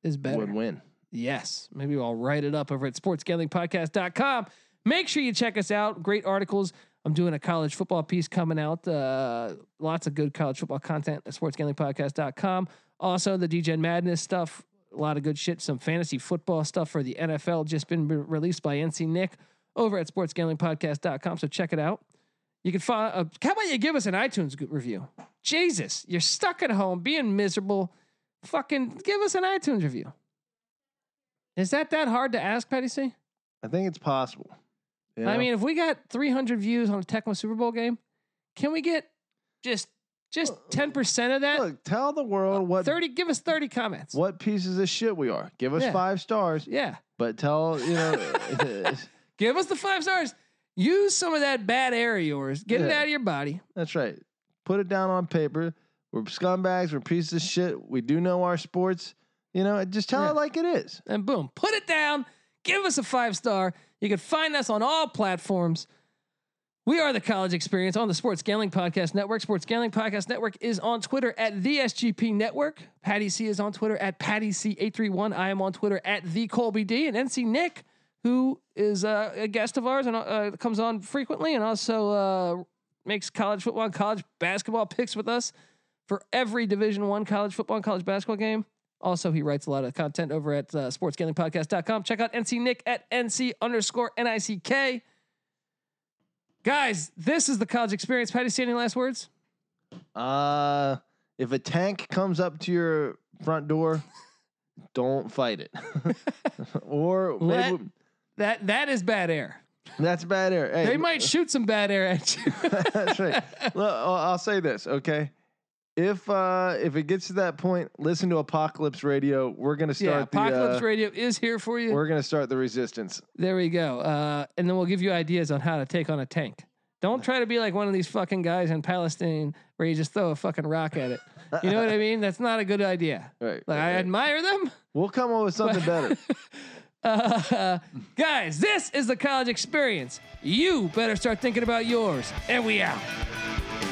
Speaker 1: Is better.
Speaker 2: would win.
Speaker 1: Yes. Maybe I'll write it up over at sportsgamblingpodcast.com. Make sure you check us out. Great articles. I'm doing a college football piece coming out. Uh, lots of good college football content at sportsgamblingpodcast.com. Also, the DGen Madness stuff. A lot of good shit. Some fantasy football stuff for the NFL just been re- released by NC Nick over at sportsgamblingpodcast.com. So check it out. You can follow. Uh, how about you give us an iTunes g- review? Jesus, you're stuck at home being miserable. Fucking give us an iTunes review. Is that that hard to ask, Patty C?
Speaker 2: I think it's possible. You
Speaker 1: I
Speaker 2: know?
Speaker 1: mean, if we got 300 views on a Tecmo Super Bowl game, can we get just just
Speaker 2: Well,
Speaker 1: 10% of that?
Speaker 2: look, tell the world what
Speaker 1: 30 give us 30 comments.
Speaker 2: what pieces of shit we are. Give us
Speaker 1: Yeah.
Speaker 2: five stars,
Speaker 1: Yeah.
Speaker 2: but tell you know
Speaker 1: Give us the 5 stars. Use some of that bad air of yours. Get it
Speaker 2: Yeah.
Speaker 1: out of your body.
Speaker 2: that's right. Put it down on paper. We're scumbags. We're pieces of shit. We do know our sports. You know, just tell
Speaker 1: Yeah.
Speaker 2: it like it is.
Speaker 1: and boom, put it down. Give us a five star. You can find us on all platforms. We are the college experience on the Sports Gambling Podcast Network. Sports Gambling Podcast Network is on Twitter at the SGP Network. Patty C is on Twitter at Patty C831. I am on Twitter at the Colby D and NC Nick, who is uh, a guest of ours and uh, comes on frequently and also uh, makes college football and college basketball picks with us for every Division One college football and college basketball game. Also, he writes a lot of content over at uh, sportsgamblingpodcast.com. Check out NC Nick at NC underscore N-I-C-K. Guys, this is the college experience. Patty, see any last words?
Speaker 2: Uh, if a tank comes up to your front door, don't fight it. or
Speaker 1: Let-
Speaker 2: maybe,
Speaker 1: That that is bad air.
Speaker 2: that's bad air. Hey,
Speaker 1: They might shoot some bad air at you.
Speaker 2: that's right. Look, I'll I'll say this, okay? If uh, if it gets to that point, listen to Apocalypse Radio. We're gonna
Speaker 1: yeah,
Speaker 2: start the
Speaker 1: Apocalypse
Speaker 2: uh,
Speaker 1: Radio is here for you.
Speaker 2: we're gonna start the resistance.
Speaker 1: There we go. Uh, and then we'll give you ideas on how to take on a tank. Don't try to be like one of these fucking guys in Palestine where you just throw a fucking rock at it. You know what I mean? That's not a good idea.
Speaker 2: Right.
Speaker 1: Like I
Speaker 2: right.
Speaker 1: admire them,
Speaker 2: we'll come up with something better.
Speaker 1: Uh, guys, this is the college experience. You better start thinking about yours, and we out.